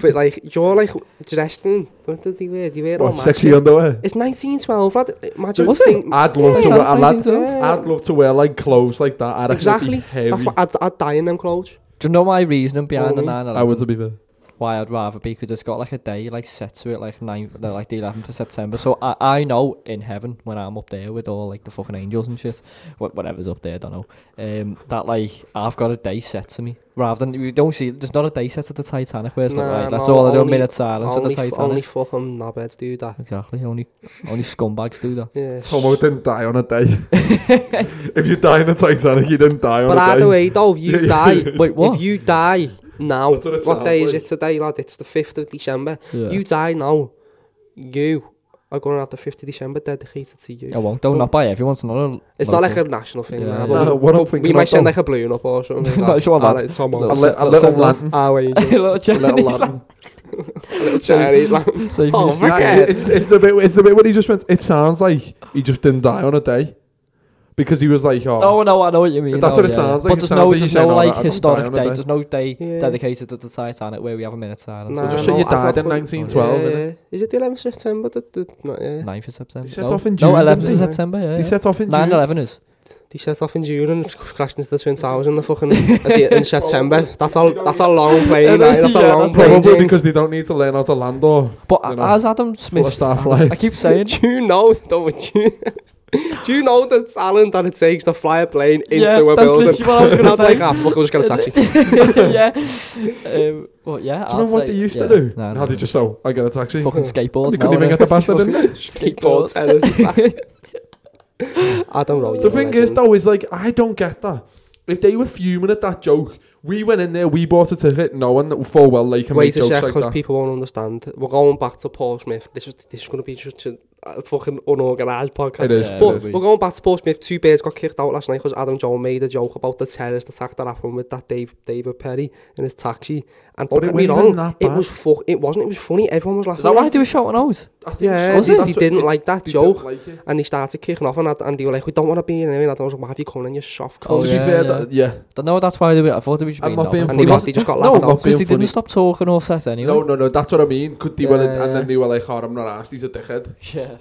[SPEAKER 3] but like, you're like dressed in, what did they wear? They wear all
[SPEAKER 2] What,
[SPEAKER 3] matching.
[SPEAKER 2] sexy underwear.
[SPEAKER 3] It's 1912, lad. Imagine.
[SPEAKER 1] Was it?
[SPEAKER 3] think-
[SPEAKER 2] I'd love to
[SPEAKER 1] Yeah,
[SPEAKER 2] wear.
[SPEAKER 3] uh,
[SPEAKER 2] I'd, like-
[SPEAKER 1] 1912.
[SPEAKER 2] I'd love to wear like clothes like that. I'd actually
[SPEAKER 3] Exactly.
[SPEAKER 2] be heavy.
[SPEAKER 3] That's what I'd, I'd die in them clothes.
[SPEAKER 1] Do you know my reasoning behind the
[SPEAKER 3] Only-
[SPEAKER 1] 9
[SPEAKER 2] I would to be fair.
[SPEAKER 1] why I'd rather be because it's got like a day like set to it, like nine, no, like the eleventh of September. So I, I know in heaven when I'm up there with all like the fucking angels and shit, wha- whatever's up there, I don't know. Um, that like I've got a day set to me rather than we don't see. There's not a day set to the Titanic. Where it's
[SPEAKER 3] Nah,
[SPEAKER 1] like right, let's
[SPEAKER 3] no,
[SPEAKER 1] all do a
[SPEAKER 3] only-
[SPEAKER 1] minute silence for the
[SPEAKER 3] Only, f-
[SPEAKER 1] Titanic.
[SPEAKER 3] only fucking knobheads do that.
[SPEAKER 1] exactly. Only only scumbags do that.
[SPEAKER 3] Yeah.
[SPEAKER 2] Tomo didn't die on a day. if you die in a Titanic, you didn't die on
[SPEAKER 3] But
[SPEAKER 2] a day.
[SPEAKER 3] either way, though, if you die,
[SPEAKER 1] Wait, what?
[SPEAKER 3] if you die now,
[SPEAKER 2] That's what it
[SPEAKER 3] what, day
[SPEAKER 2] sounds
[SPEAKER 3] is it today, lad? It's the 5th of December.
[SPEAKER 1] Yeah.
[SPEAKER 3] You die now, you are going to have the 5th of December dedicated to you.
[SPEAKER 1] I won't. Don't not by everyone. It's not a.
[SPEAKER 3] It's not like a national thing,
[SPEAKER 1] Yeah.
[SPEAKER 3] man.
[SPEAKER 1] No,
[SPEAKER 3] but we-
[SPEAKER 2] what I'm
[SPEAKER 3] we,
[SPEAKER 2] thinking
[SPEAKER 3] might
[SPEAKER 2] of,
[SPEAKER 3] send
[SPEAKER 2] though-
[SPEAKER 3] like a balloon up or something.
[SPEAKER 1] Not sure,
[SPEAKER 3] Ah,
[SPEAKER 1] lad.
[SPEAKER 3] like Tom
[SPEAKER 1] Little
[SPEAKER 2] a,
[SPEAKER 3] Holland.
[SPEAKER 2] li- a little Latin.
[SPEAKER 3] Ah, wait,
[SPEAKER 1] a little
[SPEAKER 2] little
[SPEAKER 1] Chinese.
[SPEAKER 2] Latin.
[SPEAKER 3] Chinese lad.
[SPEAKER 1] So you can
[SPEAKER 3] Oh,
[SPEAKER 1] just-
[SPEAKER 3] fuck
[SPEAKER 2] Nah,
[SPEAKER 3] it.
[SPEAKER 2] it's, it's, a bit, it's a bit where he just went, it sounds like he just didn't die on a day. Because he was like, oh,
[SPEAKER 1] Oh no, I know what you mean.
[SPEAKER 2] That's
[SPEAKER 1] oh,
[SPEAKER 2] what it
[SPEAKER 1] yeah,
[SPEAKER 2] sounds
[SPEAKER 1] yeah.
[SPEAKER 2] like.
[SPEAKER 1] But
[SPEAKER 2] It
[SPEAKER 1] there's
[SPEAKER 2] sounds
[SPEAKER 1] no,
[SPEAKER 2] like you
[SPEAKER 1] there's
[SPEAKER 2] say,
[SPEAKER 1] no
[SPEAKER 2] "No, I
[SPEAKER 1] like
[SPEAKER 2] don't die
[SPEAKER 1] historic
[SPEAKER 2] on a
[SPEAKER 1] day.
[SPEAKER 2] day."
[SPEAKER 1] There's no day
[SPEAKER 3] Yeah.
[SPEAKER 1] dedicated to the Titanic where we have a minute silence.
[SPEAKER 3] Nah,
[SPEAKER 2] just say
[SPEAKER 3] no,
[SPEAKER 2] you
[SPEAKER 3] I
[SPEAKER 2] died
[SPEAKER 3] don't
[SPEAKER 2] in
[SPEAKER 3] think-
[SPEAKER 2] 1912,
[SPEAKER 3] yeah,
[SPEAKER 2] innit?
[SPEAKER 3] Is it the 11th of September? that the, no, yeah.
[SPEAKER 1] 9th of September.
[SPEAKER 2] They set
[SPEAKER 1] no.
[SPEAKER 2] off in
[SPEAKER 1] No,
[SPEAKER 2] June,
[SPEAKER 1] 11th of
[SPEAKER 3] didn't they?
[SPEAKER 1] September. Yeah.
[SPEAKER 2] he set off in
[SPEAKER 1] 9
[SPEAKER 2] June.
[SPEAKER 1] 11 is.
[SPEAKER 3] They set off in June and crashed into the Twin Towers in the fucking at the, in September. That's all. That's a long plane. night. That's a
[SPEAKER 1] Yeah,
[SPEAKER 3] long
[SPEAKER 1] that's-
[SPEAKER 3] plane.
[SPEAKER 2] Probably
[SPEAKER 3] journey.
[SPEAKER 2] because they don't need to learn how to land or
[SPEAKER 1] But
[SPEAKER 2] You
[SPEAKER 1] a-
[SPEAKER 2] know,
[SPEAKER 1] as Adam
[SPEAKER 2] full of
[SPEAKER 1] Smith,
[SPEAKER 2] starfly.
[SPEAKER 1] I keep saying.
[SPEAKER 3] do you know though? Do you, do you know the talent that it takes to fly a plane into
[SPEAKER 1] yeah,
[SPEAKER 3] a
[SPEAKER 1] that's
[SPEAKER 3] building?
[SPEAKER 1] literally what I was gonna
[SPEAKER 3] Not
[SPEAKER 1] say.
[SPEAKER 3] like, ah, fuck, I was gonna taxi.
[SPEAKER 1] yeah. Um, but yeah.
[SPEAKER 2] Do you remember what they used to do? No, they just so I got a taxi.
[SPEAKER 1] fucking skateboards.
[SPEAKER 2] They couldn't
[SPEAKER 1] now,
[SPEAKER 2] even
[SPEAKER 1] innit?
[SPEAKER 2] get the bastard in.
[SPEAKER 3] Skateboards.
[SPEAKER 1] Skateboards.
[SPEAKER 3] I don't know.
[SPEAKER 2] The thing is, though, is like I don't get that. If they were fuming at that joke, we went in there, we bought a ticket, knowing that full well they can make
[SPEAKER 3] wait a sec,
[SPEAKER 2] jokes
[SPEAKER 3] because
[SPEAKER 2] like that.
[SPEAKER 3] people won't understand. We're going back to Paul Smith. This is this is gonna be such a, a fucking unorganized podcast.
[SPEAKER 2] It is.
[SPEAKER 1] Yeah,
[SPEAKER 2] it
[SPEAKER 3] But
[SPEAKER 2] is.
[SPEAKER 1] we-
[SPEAKER 3] we're going back to Paul Smith. Two birds got kicked out last night because Adam Jones made a joke about the terrorist attack that happened with that Dave David Perry in his taxi. And don't
[SPEAKER 2] But it
[SPEAKER 3] get me
[SPEAKER 2] wasn't even
[SPEAKER 3] wrong,
[SPEAKER 2] that
[SPEAKER 3] it
[SPEAKER 2] bad.
[SPEAKER 3] was fuck. It wasn't. It was funny. Everyone was laughing.
[SPEAKER 1] Is that why they were shouting out?
[SPEAKER 2] I think
[SPEAKER 3] yeah,
[SPEAKER 2] it's-
[SPEAKER 1] Was it?
[SPEAKER 3] they,
[SPEAKER 2] that's
[SPEAKER 3] they
[SPEAKER 2] what-
[SPEAKER 3] didn't
[SPEAKER 2] it's-
[SPEAKER 3] like that
[SPEAKER 2] they didn't
[SPEAKER 3] joke,
[SPEAKER 2] like it.
[SPEAKER 3] and they started kicking off, and, that, and they were like, "We don't want to be in here." And I was like, "Why have you come in your soft
[SPEAKER 1] Oh,
[SPEAKER 2] To
[SPEAKER 3] clothes?"
[SPEAKER 2] be
[SPEAKER 1] yeah,
[SPEAKER 2] fair,
[SPEAKER 1] yeah.
[SPEAKER 2] that- yeah.
[SPEAKER 1] Don't know. That's why they were. I thought they were just
[SPEAKER 2] I'm
[SPEAKER 1] being.
[SPEAKER 2] not being
[SPEAKER 3] And
[SPEAKER 2] funny.
[SPEAKER 3] they, got, they just got laughed
[SPEAKER 2] No,
[SPEAKER 3] out.
[SPEAKER 2] not being
[SPEAKER 1] Because they didn't
[SPEAKER 2] funny.
[SPEAKER 1] stop talking or set anyway.
[SPEAKER 2] No, no, no. That's what I mean. Could they well,
[SPEAKER 3] Yeah,
[SPEAKER 2] and
[SPEAKER 3] yeah.
[SPEAKER 2] then they were like, "Oh, I'm not asked. He's a dickhead."
[SPEAKER 1] Yeah.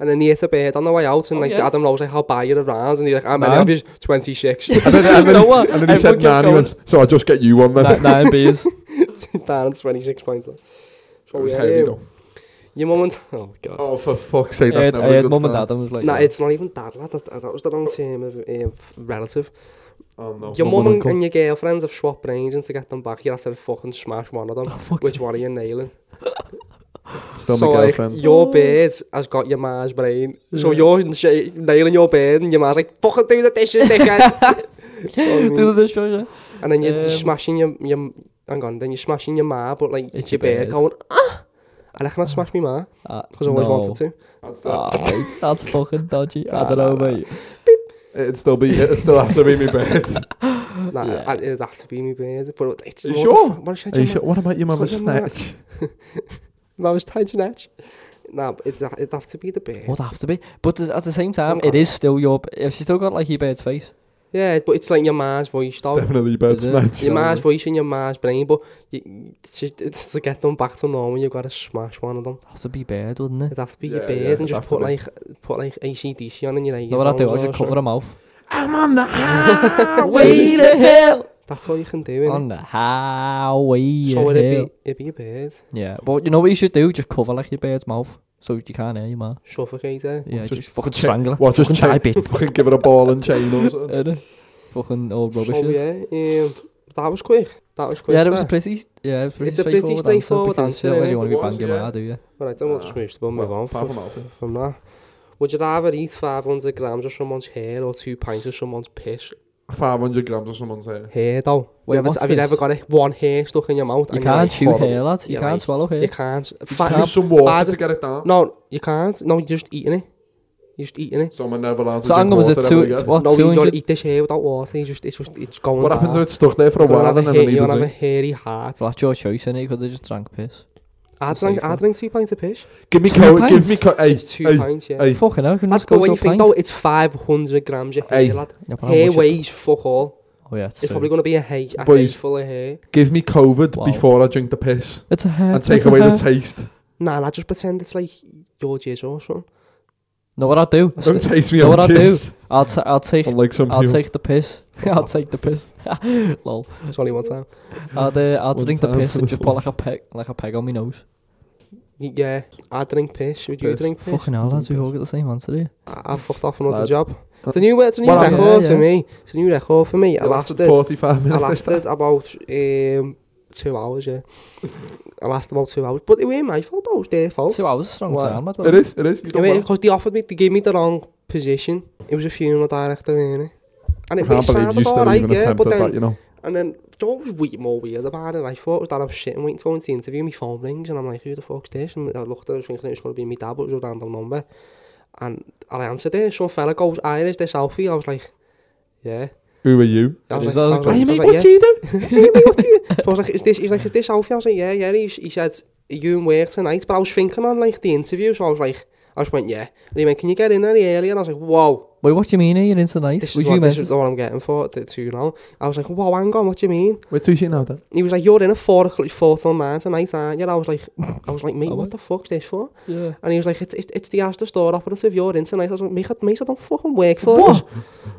[SPEAKER 3] And then he hit a bird on the way out, and
[SPEAKER 1] Oh,
[SPEAKER 3] like
[SPEAKER 1] yeah.
[SPEAKER 3] Adam Rose like, "How buy you the rounds?" And he's like, "I'm
[SPEAKER 1] Nine.
[SPEAKER 3] only twenty six
[SPEAKER 2] And then, and then,
[SPEAKER 1] You know
[SPEAKER 2] he,
[SPEAKER 1] what?
[SPEAKER 2] and then he said,
[SPEAKER 1] Everyone kept
[SPEAKER 2] "Nah," and he
[SPEAKER 1] going.
[SPEAKER 2] went, "So I'll just get you one then."
[SPEAKER 1] Nine, nine beers.
[SPEAKER 3] down at twenty six points."
[SPEAKER 2] It
[SPEAKER 3] So
[SPEAKER 2] was
[SPEAKER 1] Oh,
[SPEAKER 3] yeah,
[SPEAKER 2] heavy,
[SPEAKER 3] yeah.
[SPEAKER 2] though.
[SPEAKER 3] your mum and oh god.
[SPEAKER 2] Oh, for fuck's
[SPEAKER 1] I
[SPEAKER 2] sake! That's
[SPEAKER 1] had,
[SPEAKER 2] never
[SPEAKER 1] I
[SPEAKER 2] a
[SPEAKER 1] had
[SPEAKER 2] good
[SPEAKER 1] mum and
[SPEAKER 2] start.
[SPEAKER 1] dad and was like,
[SPEAKER 3] Nah,
[SPEAKER 1] yeah.
[SPEAKER 3] it's not even dad, lad. That, that was the wrong term of um, f- relative.
[SPEAKER 2] Oh no.
[SPEAKER 3] Your
[SPEAKER 1] Mum and
[SPEAKER 3] mum and,
[SPEAKER 1] uncle.
[SPEAKER 3] and your girlfriends have swapped brains, and to get them back, you have to fucking smash one of them.
[SPEAKER 1] Oh, fuck
[SPEAKER 3] Which one are you nailing?
[SPEAKER 2] Still
[SPEAKER 3] so,
[SPEAKER 2] my
[SPEAKER 3] like,
[SPEAKER 2] girlfriend.
[SPEAKER 3] your bird has got your ma's brain. So, you're n- sh- nailing your bird, and your ma's like, fucking do the dishes, dickhead. You know what I
[SPEAKER 1] Do
[SPEAKER 3] mean?
[SPEAKER 1] the dishwasher.
[SPEAKER 3] and then you're
[SPEAKER 1] Um,
[SPEAKER 3] smashing your, your. Hang on, then you're smashing your ma, but like,
[SPEAKER 1] It's
[SPEAKER 3] it's
[SPEAKER 1] your
[SPEAKER 3] your bird
[SPEAKER 1] bird.
[SPEAKER 3] going, ah! I reckon I smashed my ma,
[SPEAKER 1] Uh,
[SPEAKER 3] because I always
[SPEAKER 1] no.
[SPEAKER 3] wanted to.
[SPEAKER 2] That's that.
[SPEAKER 1] Ah, it's- that's fucking dodgy. I don't know, mate.
[SPEAKER 2] It'd still be. It'd still have to be my bed.
[SPEAKER 3] Nah,
[SPEAKER 1] Yeah.
[SPEAKER 3] I, it'd have to be my bird, but it's
[SPEAKER 2] You
[SPEAKER 3] more
[SPEAKER 2] sure?
[SPEAKER 3] the fu- What if she had
[SPEAKER 2] Are you
[SPEAKER 3] your ma-
[SPEAKER 2] sure? What about your mama's
[SPEAKER 3] It's got your
[SPEAKER 2] snatch?
[SPEAKER 3] That was tied to Natch. Nah, but it's, it'd have to be the bear.
[SPEAKER 1] Would have to be. But th- at the same time,
[SPEAKER 3] Well,
[SPEAKER 1] it is still your. If she's still got like your bird's face.
[SPEAKER 3] Yeah, but it's like your ma's voice, though.
[SPEAKER 2] Definitely bed
[SPEAKER 1] Is it?
[SPEAKER 2] snatch.
[SPEAKER 3] Your ma's
[SPEAKER 1] Absolutely.
[SPEAKER 3] voice and your ma's brain, but you, it's, just- it's to get them back to normal, you've got to smash one of them.
[SPEAKER 1] Have to be bird, wouldn't it?
[SPEAKER 3] It'd have to be your
[SPEAKER 2] Yeah,
[SPEAKER 3] bears
[SPEAKER 2] yeah, it'd
[SPEAKER 3] and
[SPEAKER 2] have
[SPEAKER 3] just
[SPEAKER 2] to
[SPEAKER 3] put
[SPEAKER 2] be.
[SPEAKER 3] like put like ACDC on in your ear.
[SPEAKER 1] No, what I do, I just cover her mouth.
[SPEAKER 2] I'm on the
[SPEAKER 1] Way the hell
[SPEAKER 3] That's all you can do.
[SPEAKER 1] on
[SPEAKER 3] innit?
[SPEAKER 1] the highway.
[SPEAKER 3] So would
[SPEAKER 1] hell.
[SPEAKER 3] it be, it'd be your bears,
[SPEAKER 1] Yeah, but you know what you should do? Just cover like your bird's mouth so you can't hear your man.
[SPEAKER 3] suffocate her.
[SPEAKER 1] Yeah, just,
[SPEAKER 2] just
[SPEAKER 1] fucking strangle her.
[SPEAKER 2] What? Just
[SPEAKER 1] fucking die,
[SPEAKER 2] chain.
[SPEAKER 1] bitch.
[SPEAKER 2] Fucking give it a ball and chain or something.
[SPEAKER 1] Innit? Fucking old rubbish.
[SPEAKER 3] So
[SPEAKER 1] is.
[SPEAKER 3] yeah, um, that was quick. That was quick.
[SPEAKER 1] yeah, it was a
[SPEAKER 3] there.
[SPEAKER 1] pretty. Yeah, it was pretty
[SPEAKER 3] It's a pretty
[SPEAKER 1] straightforward
[SPEAKER 3] straightforward
[SPEAKER 1] because You
[SPEAKER 3] answer,
[SPEAKER 1] don't really
[SPEAKER 3] innit?
[SPEAKER 1] want to be
[SPEAKER 2] It was,
[SPEAKER 1] banging
[SPEAKER 2] yeah.
[SPEAKER 1] do you?
[SPEAKER 3] Right, then we'll just move to the move on
[SPEAKER 2] apart
[SPEAKER 3] from,
[SPEAKER 2] from Alfie.
[SPEAKER 3] from that. Would you rather eat 500 grams of someone's hair or two pints of someone's piss?
[SPEAKER 2] 500 grams of someone's hair.
[SPEAKER 3] Hair though.
[SPEAKER 1] Wait,
[SPEAKER 3] you
[SPEAKER 1] what's
[SPEAKER 3] ever, have you
[SPEAKER 1] this?
[SPEAKER 3] ever got it, one hair stuck in your mouth?
[SPEAKER 1] You
[SPEAKER 3] and you're
[SPEAKER 1] can't
[SPEAKER 3] like,
[SPEAKER 1] chew
[SPEAKER 3] horrible.
[SPEAKER 1] hair, lad. You
[SPEAKER 3] You're
[SPEAKER 1] can't
[SPEAKER 3] like-
[SPEAKER 1] swallow hair.
[SPEAKER 3] You can't. Fat,
[SPEAKER 2] Need some water
[SPEAKER 3] bad-
[SPEAKER 2] to get it down.
[SPEAKER 3] No, you can't. No, you're just eating it. You're just eating it.
[SPEAKER 2] Someone never allows
[SPEAKER 1] So hang on, was it two?
[SPEAKER 2] two?
[SPEAKER 1] What?
[SPEAKER 3] no,
[SPEAKER 1] two
[SPEAKER 3] you gotta
[SPEAKER 1] hundred?
[SPEAKER 3] eat this hair without water. It's just, it's just, it's going.
[SPEAKER 2] What happens
[SPEAKER 3] bad.
[SPEAKER 2] if it's stuck there for a
[SPEAKER 3] You're gonna
[SPEAKER 2] while
[SPEAKER 3] have
[SPEAKER 2] and then
[SPEAKER 3] hair-
[SPEAKER 2] it
[SPEAKER 3] You're
[SPEAKER 2] needs
[SPEAKER 3] gonna have a
[SPEAKER 2] it?
[SPEAKER 3] hairy heart.
[SPEAKER 1] Well, that's your choice, innit? You could have just drank piss.
[SPEAKER 3] I
[SPEAKER 1] It's
[SPEAKER 3] drink,
[SPEAKER 1] safe,
[SPEAKER 3] I
[SPEAKER 1] man.
[SPEAKER 3] drink two pints of piss.
[SPEAKER 2] Give me
[SPEAKER 1] Two
[SPEAKER 2] coat. Give
[SPEAKER 1] pints.
[SPEAKER 2] me coat. Hey,
[SPEAKER 3] It's two
[SPEAKER 2] hey,
[SPEAKER 3] pints, yeah.
[SPEAKER 2] hey.
[SPEAKER 1] Fucking hell, can
[SPEAKER 3] That's
[SPEAKER 1] just
[SPEAKER 3] but
[SPEAKER 1] go
[SPEAKER 3] when
[SPEAKER 1] to
[SPEAKER 3] you
[SPEAKER 1] a
[SPEAKER 3] think
[SPEAKER 1] pint.
[SPEAKER 3] though, it's 500 grams of hair,
[SPEAKER 2] Hey.
[SPEAKER 3] lad.
[SPEAKER 1] Yeah, but how
[SPEAKER 3] Hair
[SPEAKER 1] much-
[SPEAKER 3] weighs fuck all.
[SPEAKER 1] Oh yeah, it's
[SPEAKER 3] It's probably
[SPEAKER 1] true.
[SPEAKER 3] gonna be a hay, a hay
[SPEAKER 2] Boys.
[SPEAKER 3] full of hair.
[SPEAKER 2] Give me COVID
[SPEAKER 1] Wow.
[SPEAKER 2] before I drink the piss
[SPEAKER 1] It's a hair.
[SPEAKER 2] and take
[SPEAKER 1] it's a
[SPEAKER 2] away the
[SPEAKER 1] hair.
[SPEAKER 2] taste.
[SPEAKER 3] Nah, nah, just pretend it's like your jizz or something.
[SPEAKER 1] Know what I'll do? I'll
[SPEAKER 2] Don't
[SPEAKER 1] st-
[SPEAKER 2] taste me
[SPEAKER 1] know
[SPEAKER 2] on
[SPEAKER 1] what I do?
[SPEAKER 2] this.
[SPEAKER 1] I'll, t- I'll take
[SPEAKER 2] Unlike some
[SPEAKER 1] I'll
[SPEAKER 2] people.
[SPEAKER 1] take the piss. I'll take the piss. Lol.
[SPEAKER 3] It's only one time.
[SPEAKER 1] I'll, uh, I'll
[SPEAKER 2] One
[SPEAKER 1] drink the
[SPEAKER 2] time
[SPEAKER 1] piss
[SPEAKER 2] for
[SPEAKER 1] and
[SPEAKER 2] the
[SPEAKER 1] just put like a peg like a peg on my nose.
[SPEAKER 3] Y- Yeah, I drink piss. Would you
[SPEAKER 2] Piss.
[SPEAKER 3] drink piss?
[SPEAKER 1] Fucking hell, lads, we all got the same answer here.
[SPEAKER 3] I, I fucked off another
[SPEAKER 2] Lads.
[SPEAKER 3] job. It's a new, it's a new
[SPEAKER 1] Well, I- yeah,
[SPEAKER 3] record for
[SPEAKER 1] yeah.
[SPEAKER 3] me. It's a new record for me. I
[SPEAKER 2] It
[SPEAKER 3] lasted,
[SPEAKER 2] lasted 45
[SPEAKER 3] I
[SPEAKER 2] minutes.
[SPEAKER 3] lasted about um, two hours, yeah. I lasted about two hours. But it weren't my fault, though. It was their fault.
[SPEAKER 1] Two hours is a strong
[SPEAKER 2] Why?
[SPEAKER 1] time, lad.
[SPEAKER 2] It is, it is. You
[SPEAKER 3] I
[SPEAKER 2] don't
[SPEAKER 3] mean,
[SPEAKER 2] know.
[SPEAKER 3] because they offered me, they gave me the wrong position. It was a funeral director, weren't it? And
[SPEAKER 2] I
[SPEAKER 3] it,
[SPEAKER 2] can't believe you
[SPEAKER 3] sounded
[SPEAKER 2] still
[SPEAKER 3] alright,
[SPEAKER 2] even
[SPEAKER 3] yeah, but
[SPEAKER 2] attempted
[SPEAKER 3] then
[SPEAKER 2] that, you know.
[SPEAKER 3] And then, do you know what was way more weird about it? I thought was that I was sitting waiting to go into the interview, my phone rings, and I'm like, who the fuck's this? And I looked at it, I was thinking it was going to be my dad, but it was a random number. And I answered it, some fella goes, Iris, this Alfie. I was like, yeah.
[SPEAKER 2] Who are you?
[SPEAKER 3] I was
[SPEAKER 1] Is
[SPEAKER 3] like, I
[SPEAKER 1] that a-
[SPEAKER 3] was like, I
[SPEAKER 1] Hey,
[SPEAKER 3] was
[SPEAKER 1] mate,
[SPEAKER 3] like, yeah.
[SPEAKER 2] you do?
[SPEAKER 3] So I was like, is this, he's like, is this Alfie? I was like, yeah, yeah. He, he said, "Are you in work tonight? But I was thinking on, like, the interview, so I was like, I just went, yeah. And he went, can you get in any earlier? And I was like, whoa.
[SPEAKER 1] Wait, what do you mean? Are you in tonight?
[SPEAKER 3] This
[SPEAKER 1] Would
[SPEAKER 3] is,
[SPEAKER 1] you
[SPEAKER 3] what, this
[SPEAKER 1] meant
[SPEAKER 3] is what I'm getting for it, too now. I was like, whoa, hang on, what do you mean?
[SPEAKER 2] We're too shit now, Dad.
[SPEAKER 3] he was like, "You're in a four o'clock, four till nine tonight, aren't you?" And I was like, "I was like, mate,
[SPEAKER 1] Oh,
[SPEAKER 3] what the fuck's this for?"
[SPEAKER 1] Yeah.
[SPEAKER 3] And he was like, "It's it's, it's the Asda store operative. You're in tonight." I was like, "Mate, I- mate, I don't fucking work for
[SPEAKER 1] What?
[SPEAKER 3] us."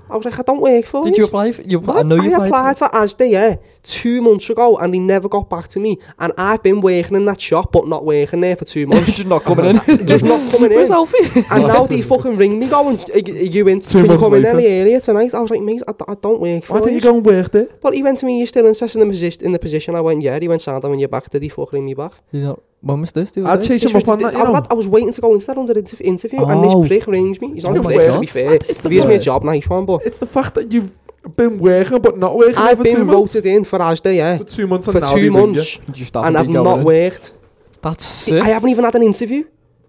[SPEAKER 3] I was like, "I don't work for
[SPEAKER 1] Did
[SPEAKER 3] us."
[SPEAKER 1] you apply for you appl- I
[SPEAKER 3] What?
[SPEAKER 1] know you
[SPEAKER 3] I applied
[SPEAKER 1] applied
[SPEAKER 3] for Asda, yeah, two months ago, and he never got back to me. And I've been working in that shop, but not working there for two
[SPEAKER 1] for
[SPEAKER 3] months.
[SPEAKER 1] Just not coming in.
[SPEAKER 3] Just not coming
[SPEAKER 1] Where's
[SPEAKER 3] in.
[SPEAKER 1] Alfie?
[SPEAKER 3] And now they fucking ring me going, are you- are you in,
[SPEAKER 2] Two
[SPEAKER 3] can you
[SPEAKER 2] months
[SPEAKER 3] come in
[SPEAKER 2] later.
[SPEAKER 3] any earlier tonight? I was like, mate, I, d- I don't work for
[SPEAKER 2] Why did
[SPEAKER 3] yous."
[SPEAKER 2] you go and work there?
[SPEAKER 3] But he went to me, you're still interested in the, position, in the position. I went, yeah. He went, Santa, when you're back, did he fucking ring me back?
[SPEAKER 1] You know, when was this, dude?
[SPEAKER 2] I'd chase
[SPEAKER 3] This
[SPEAKER 2] him
[SPEAKER 3] was
[SPEAKER 2] up on
[SPEAKER 3] the-
[SPEAKER 2] that, eh, you
[SPEAKER 3] I,
[SPEAKER 2] know.
[SPEAKER 3] oh, I was waiting to go into that under interv- interview, and
[SPEAKER 1] Oh.
[SPEAKER 3] this prick rings me. He's not
[SPEAKER 1] Oh
[SPEAKER 3] a
[SPEAKER 1] my
[SPEAKER 3] prick, to
[SPEAKER 1] God.
[SPEAKER 3] be fair. If he gives me a job, nou, nice one, but
[SPEAKER 2] It's the fact that you've been working but not working
[SPEAKER 3] I've
[SPEAKER 2] for two
[SPEAKER 3] been
[SPEAKER 2] months.
[SPEAKER 3] voted in for Asda, yeah,
[SPEAKER 2] For two months and
[SPEAKER 3] for
[SPEAKER 1] nou
[SPEAKER 2] now they
[SPEAKER 3] two
[SPEAKER 2] ring you.
[SPEAKER 3] months,
[SPEAKER 1] Just
[SPEAKER 3] and I've
[SPEAKER 1] haven't been
[SPEAKER 3] not
[SPEAKER 1] going in.
[SPEAKER 3] worked.
[SPEAKER 1] That's
[SPEAKER 3] I
[SPEAKER 1] sick.
[SPEAKER 3] haven't even had an interview,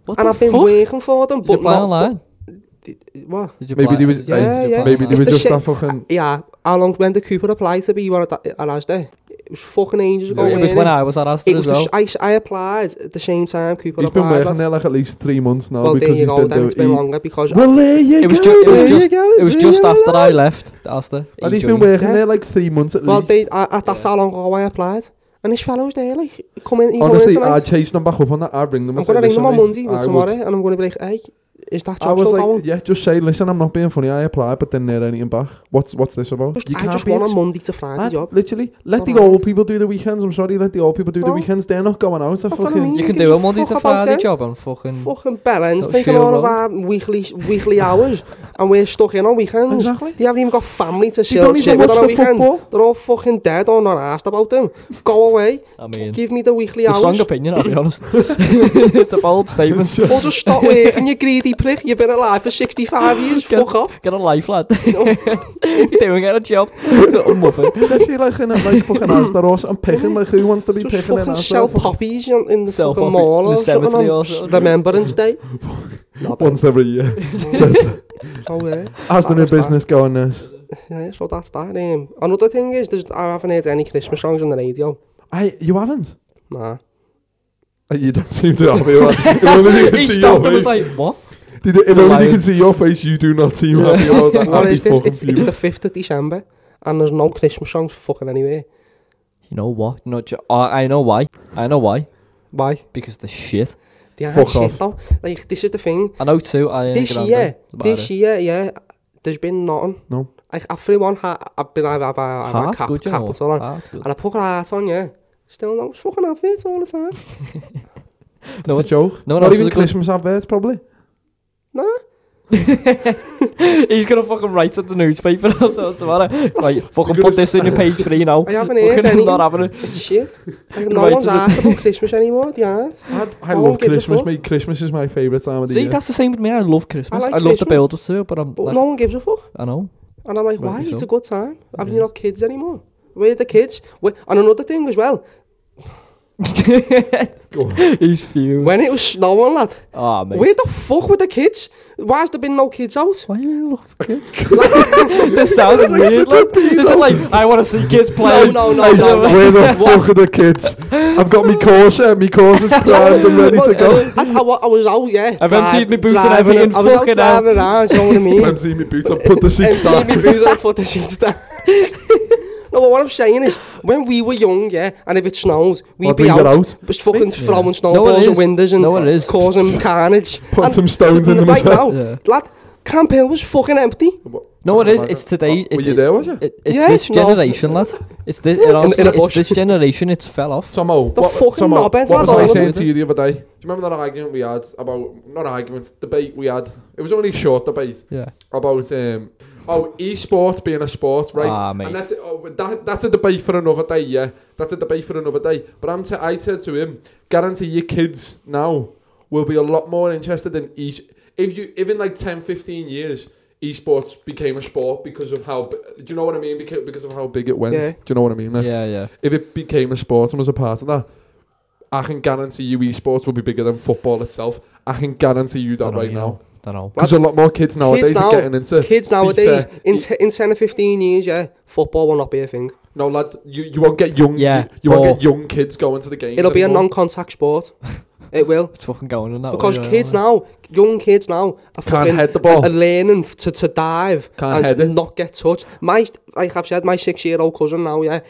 [SPEAKER 1] What
[SPEAKER 3] and
[SPEAKER 1] the
[SPEAKER 3] I've been
[SPEAKER 1] fuck?
[SPEAKER 3] working for them,
[SPEAKER 1] Did you
[SPEAKER 3] but
[SPEAKER 1] apply
[SPEAKER 3] not...
[SPEAKER 1] online?
[SPEAKER 3] but- What?
[SPEAKER 1] Did you
[SPEAKER 2] Maybe
[SPEAKER 1] apply-
[SPEAKER 2] they was-
[SPEAKER 1] did you apply
[SPEAKER 3] yeah, yeah.
[SPEAKER 2] Maybe
[SPEAKER 1] online?
[SPEAKER 2] they were
[SPEAKER 3] the
[SPEAKER 2] just
[SPEAKER 3] shit-
[SPEAKER 2] a fucking...
[SPEAKER 3] Yeah, how long, when did Cooper apply to be one at, at Asda? It was fucking ages ago,
[SPEAKER 2] Yeah,
[SPEAKER 1] It was
[SPEAKER 3] wasn't
[SPEAKER 1] when I was at Aston
[SPEAKER 3] It was
[SPEAKER 1] as
[SPEAKER 3] the
[SPEAKER 1] well.
[SPEAKER 3] sh- I, s- I applied at the same time Cooper
[SPEAKER 2] He's been
[SPEAKER 3] applied.
[SPEAKER 2] working there like at least three months now
[SPEAKER 3] well, there
[SPEAKER 2] because
[SPEAKER 3] you
[SPEAKER 2] he's
[SPEAKER 3] go,
[SPEAKER 2] been
[SPEAKER 3] then
[SPEAKER 2] doing...
[SPEAKER 3] it's been longer because...
[SPEAKER 2] Well, there you
[SPEAKER 1] It was
[SPEAKER 2] go,
[SPEAKER 1] ju- it was
[SPEAKER 2] there
[SPEAKER 1] just-
[SPEAKER 2] you go,
[SPEAKER 1] It was
[SPEAKER 2] there
[SPEAKER 1] just
[SPEAKER 2] you
[SPEAKER 1] after
[SPEAKER 2] go.
[SPEAKER 1] I left Aston.
[SPEAKER 2] And he's been working there like three months at
[SPEAKER 3] Well,
[SPEAKER 2] least.
[SPEAKER 3] they, I, I, that's how long ago I applied. And this fellow's there, like, come in, he come in
[SPEAKER 2] Honestly,
[SPEAKER 3] tonight.
[SPEAKER 2] I'd chase them back up on that. I'd ring them
[SPEAKER 3] I'm
[SPEAKER 2] and say,
[SPEAKER 3] going to ring
[SPEAKER 2] "Listen,
[SPEAKER 3] them on
[SPEAKER 2] mate,
[SPEAKER 3] Monday
[SPEAKER 2] I
[SPEAKER 3] or
[SPEAKER 2] would-
[SPEAKER 3] tomorrow and I'm going to be like, hey, is that
[SPEAKER 2] I
[SPEAKER 3] job
[SPEAKER 2] Ah, was
[SPEAKER 3] still
[SPEAKER 2] like,
[SPEAKER 3] going?
[SPEAKER 2] yeah, just say, listen, I'm not being funny. I applied, but then they're anything back. What's what's this about?
[SPEAKER 3] Just, I just want a
[SPEAKER 2] ex-
[SPEAKER 3] Monday to Friday
[SPEAKER 2] Lad,
[SPEAKER 3] job.
[SPEAKER 2] Literally, let the
[SPEAKER 3] Alright.
[SPEAKER 2] old people do the weekends. I'm sorry, let the old people do the
[SPEAKER 3] Oh.
[SPEAKER 2] weekends. They're not going out. They're
[SPEAKER 3] That's what I
[SPEAKER 2] fucking.
[SPEAKER 3] mean.
[SPEAKER 1] You
[SPEAKER 3] You
[SPEAKER 1] can
[SPEAKER 3] can
[SPEAKER 1] do a
[SPEAKER 3] just
[SPEAKER 1] Monday
[SPEAKER 3] fuck
[SPEAKER 1] to
[SPEAKER 3] about
[SPEAKER 1] Friday
[SPEAKER 3] them.
[SPEAKER 1] job and
[SPEAKER 2] Hm.
[SPEAKER 1] fucking.
[SPEAKER 3] Fucking balance,
[SPEAKER 1] Little
[SPEAKER 3] taking
[SPEAKER 1] share
[SPEAKER 3] all of
[SPEAKER 1] world.
[SPEAKER 3] our weekly weekly hours and we're stuck in on weekends.
[SPEAKER 2] Exactly.
[SPEAKER 3] They haven't even got family to
[SPEAKER 2] They
[SPEAKER 3] chill
[SPEAKER 2] don't
[SPEAKER 3] shit
[SPEAKER 2] even
[SPEAKER 3] with
[SPEAKER 2] watch
[SPEAKER 3] on a
[SPEAKER 2] the
[SPEAKER 3] weekend.
[SPEAKER 2] football.
[SPEAKER 3] They're all fucking dead or not asked about them. Go away,
[SPEAKER 1] I mean,
[SPEAKER 3] give me the weekly
[SPEAKER 1] it's a strong
[SPEAKER 3] hours.
[SPEAKER 1] opinion. I'll be honest. It's a bold statement.
[SPEAKER 3] Or just stop working, you greedy prick. You've been alive for 65 years,
[SPEAKER 1] Get-
[SPEAKER 3] fuck off.
[SPEAKER 1] Get a life, lad. You're doing get a job. Little muffin.
[SPEAKER 2] Especially like in a- like fucking Asdaros and picking. Like who wants to be
[SPEAKER 3] Just
[SPEAKER 2] picking in
[SPEAKER 3] fucking sell
[SPEAKER 2] Asdaros?
[SPEAKER 3] poppies in, in the
[SPEAKER 1] Sell
[SPEAKER 3] fucking
[SPEAKER 1] poppy-
[SPEAKER 3] mall
[SPEAKER 1] in
[SPEAKER 3] or
[SPEAKER 1] the cemetery
[SPEAKER 3] something
[SPEAKER 1] or
[SPEAKER 3] on
[SPEAKER 1] something.
[SPEAKER 3] Remembrance Day.
[SPEAKER 2] Once every year.
[SPEAKER 3] Oh, yeah.
[SPEAKER 2] As the
[SPEAKER 3] That
[SPEAKER 2] new
[SPEAKER 3] was that.
[SPEAKER 2] business going this.
[SPEAKER 3] Yeah, so that's that. Um, another thing is, there's, I haven't heard any Christmas songs on the radio. Nou,
[SPEAKER 2] I you haven't. Ah,
[SPEAKER 3] Nah.
[SPEAKER 2] Uh, You don't seem to have. You're like- If only they could
[SPEAKER 1] He
[SPEAKER 2] see your
[SPEAKER 1] stopped and was
[SPEAKER 2] face.
[SPEAKER 1] like, "What?
[SPEAKER 2] Did they- If only they
[SPEAKER 1] lying.
[SPEAKER 2] could see your face, you do not seem happy about that.
[SPEAKER 3] what
[SPEAKER 2] I'd be
[SPEAKER 3] is this?
[SPEAKER 2] fucking
[SPEAKER 3] It's, it's
[SPEAKER 2] fuming.
[SPEAKER 3] the 5th of December and there's no Christmas songs fucking anywhere.
[SPEAKER 1] You know what? No, jo- I I know why. I know why.
[SPEAKER 3] Why?
[SPEAKER 1] Because the shit.
[SPEAKER 3] They aren't
[SPEAKER 2] Fuck
[SPEAKER 3] shit
[SPEAKER 2] off.
[SPEAKER 3] though. Like, this is the thing.
[SPEAKER 1] I know too. I
[SPEAKER 3] this year, this year, Dus yeah, there's been nothing.
[SPEAKER 2] No.
[SPEAKER 3] Like, I threw one hat, I've been, I've, I've, I've, I've
[SPEAKER 1] Heart's
[SPEAKER 3] cap,
[SPEAKER 1] Ah, good, you know.
[SPEAKER 3] capital
[SPEAKER 2] Ah.
[SPEAKER 3] on,
[SPEAKER 1] Heart's good.
[SPEAKER 3] and I put a hat on, yeah. Still no fucking adverts all the time.
[SPEAKER 1] No
[SPEAKER 2] It's a
[SPEAKER 1] one-
[SPEAKER 2] joke.
[SPEAKER 1] no one
[SPEAKER 2] Not
[SPEAKER 1] else is
[SPEAKER 2] even
[SPEAKER 1] a good-
[SPEAKER 2] Christmas adverts, probably.
[SPEAKER 3] Nah.
[SPEAKER 1] He's gonna fucking write at the newspaper or something tomorrow. eh? Right, fucking
[SPEAKER 2] gonna-
[SPEAKER 1] put this in your page three now.
[SPEAKER 3] I haven't heard
[SPEAKER 1] Fucking
[SPEAKER 3] any.
[SPEAKER 1] not having it.
[SPEAKER 3] It's shit. Like, no
[SPEAKER 1] Right,
[SPEAKER 3] one's
[SPEAKER 1] so the-
[SPEAKER 3] asked about Christmas anymore, they aren't.
[SPEAKER 2] I, I
[SPEAKER 3] No one
[SPEAKER 2] love
[SPEAKER 3] gives a
[SPEAKER 2] Christmas,
[SPEAKER 3] fuck.
[SPEAKER 2] mate. Christmas is my favourite time of the
[SPEAKER 1] See,
[SPEAKER 2] year.
[SPEAKER 1] that's the same with me. I love Christmas. I,
[SPEAKER 3] I like
[SPEAKER 1] love the
[SPEAKER 3] Christmas.
[SPEAKER 1] build up to it, but I'm
[SPEAKER 3] But
[SPEAKER 1] like,
[SPEAKER 3] no one gives a fuck.
[SPEAKER 1] I know.
[SPEAKER 3] And I'm like,
[SPEAKER 1] Rightly
[SPEAKER 3] why? It's
[SPEAKER 1] so.
[SPEAKER 3] a good time. Have
[SPEAKER 1] Yes.
[SPEAKER 3] you not kids anymore? Where are the kids? Where? And another thing as well,
[SPEAKER 1] He's few.
[SPEAKER 3] when it was snowing, lad,
[SPEAKER 1] Ah, mate.
[SPEAKER 3] where the fuck were the kids? Why's there been no kids out?
[SPEAKER 1] Why are you looking for kids? this sounds weird. Like, this is like, I want to see kids
[SPEAKER 3] No,
[SPEAKER 1] play.
[SPEAKER 3] no, no,
[SPEAKER 2] Hey,
[SPEAKER 3] no. no.
[SPEAKER 2] where the fuck are the kids? I've got uh, me Corsair, me Corsair's primed and ready to go.
[SPEAKER 3] I, I, wa- I was out, yeah.
[SPEAKER 1] I've emptied my
[SPEAKER 3] driving-
[SPEAKER 1] boots and
[SPEAKER 3] driving
[SPEAKER 1] everything,
[SPEAKER 3] it. I was out
[SPEAKER 1] fucking
[SPEAKER 3] driving around, you know what I mean?
[SPEAKER 2] I'm seeing me boots, I've put the seats
[SPEAKER 3] Emptied
[SPEAKER 2] down.
[SPEAKER 3] my boots and I put the sheets down. No, but what I'm saying is, when we were young, yeah, and if it snows, we'd
[SPEAKER 2] I'll
[SPEAKER 3] be
[SPEAKER 2] bring it
[SPEAKER 3] out,
[SPEAKER 2] out.
[SPEAKER 3] just
[SPEAKER 1] Yeah.
[SPEAKER 3] fucking throwing
[SPEAKER 1] No, it
[SPEAKER 3] snowballs
[SPEAKER 1] is.
[SPEAKER 3] at windows and
[SPEAKER 1] No, it is.
[SPEAKER 3] causing carnage.
[SPEAKER 2] Put
[SPEAKER 3] And
[SPEAKER 2] some stones in them
[SPEAKER 3] right
[SPEAKER 2] as well.
[SPEAKER 3] now,
[SPEAKER 1] Yeah.
[SPEAKER 3] lad, Camp Hill was fucking empty.
[SPEAKER 1] No, it is. It's today.
[SPEAKER 2] Oh, Were
[SPEAKER 1] it-
[SPEAKER 2] you
[SPEAKER 1] it-
[SPEAKER 2] there, was you?
[SPEAKER 1] It, it's
[SPEAKER 3] Yeah,
[SPEAKER 1] this
[SPEAKER 3] no.
[SPEAKER 1] generation, lad. It's this. It honestly,
[SPEAKER 3] in a
[SPEAKER 1] it's
[SPEAKER 3] bush.
[SPEAKER 1] this generation. It's fell off.
[SPEAKER 2] Tomo,
[SPEAKER 3] The
[SPEAKER 2] what,
[SPEAKER 3] fucking
[SPEAKER 2] Tomo,
[SPEAKER 3] knobheads
[SPEAKER 2] what
[SPEAKER 3] are
[SPEAKER 2] was
[SPEAKER 1] all
[SPEAKER 2] I
[SPEAKER 1] over
[SPEAKER 2] saying
[SPEAKER 1] it.
[SPEAKER 2] to you the other day? Do you remember that argument we had about not argument debate we had? It was only a short debate
[SPEAKER 1] Yeah.
[SPEAKER 2] about um oh esports being a sport, right?
[SPEAKER 1] Ah, mate.
[SPEAKER 2] And that's it, oh, that, that's a debate for another day. Yeah, that's a debate for another day. But I'm t- I said to him, guarantee your kids now will be a lot more interested in each if you if in like 10, 15 years. Esports became a sport because of how. b- Do you know what I mean? Beca- Because of how big it went.
[SPEAKER 3] Yeah.
[SPEAKER 2] Do you know what I mean? Like,
[SPEAKER 1] Yeah, yeah.
[SPEAKER 2] if it became a sport and was a part of that, I can guarantee you esports will be bigger than football itself. I can guarantee you that
[SPEAKER 1] Dunno,
[SPEAKER 2] right
[SPEAKER 1] you
[SPEAKER 2] now.
[SPEAKER 1] know. Don't know.
[SPEAKER 2] Because a lot more kids nowadays
[SPEAKER 3] Kids
[SPEAKER 2] are
[SPEAKER 3] now-
[SPEAKER 2] getting into.
[SPEAKER 3] Kids nowadays,
[SPEAKER 2] fair,
[SPEAKER 3] in, t- in 10 or 15 years, yeah, football will not be a thing.
[SPEAKER 2] No, lad, you, you won't get young.
[SPEAKER 1] Yeah,
[SPEAKER 2] you, you won't
[SPEAKER 1] ball.
[SPEAKER 2] get young kids going to the games.
[SPEAKER 3] It'll be a
[SPEAKER 2] anymore.
[SPEAKER 3] non-contact sport. It will.
[SPEAKER 1] It's fucking going on that.
[SPEAKER 3] Because
[SPEAKER 1] way,
[SPEAKER 3] kids
[SPEAKER 1] right?
[SPEAKER 3] now, young kids now, are
[SPEAKER 2] Can't
[SPEAKER 3] fucking
[SPEAKER 2] head the ball.
[SPEAKER 1] Oh.
[SPEAKER 3] are learning f- to, to dive
[SPEAKER 2] Can't
[SPEAKER 3] and
[SPEAKER 2] head it.
[SPEAKER 3] not get touched. My, like I've said, my six-year-old cousin now, yeah,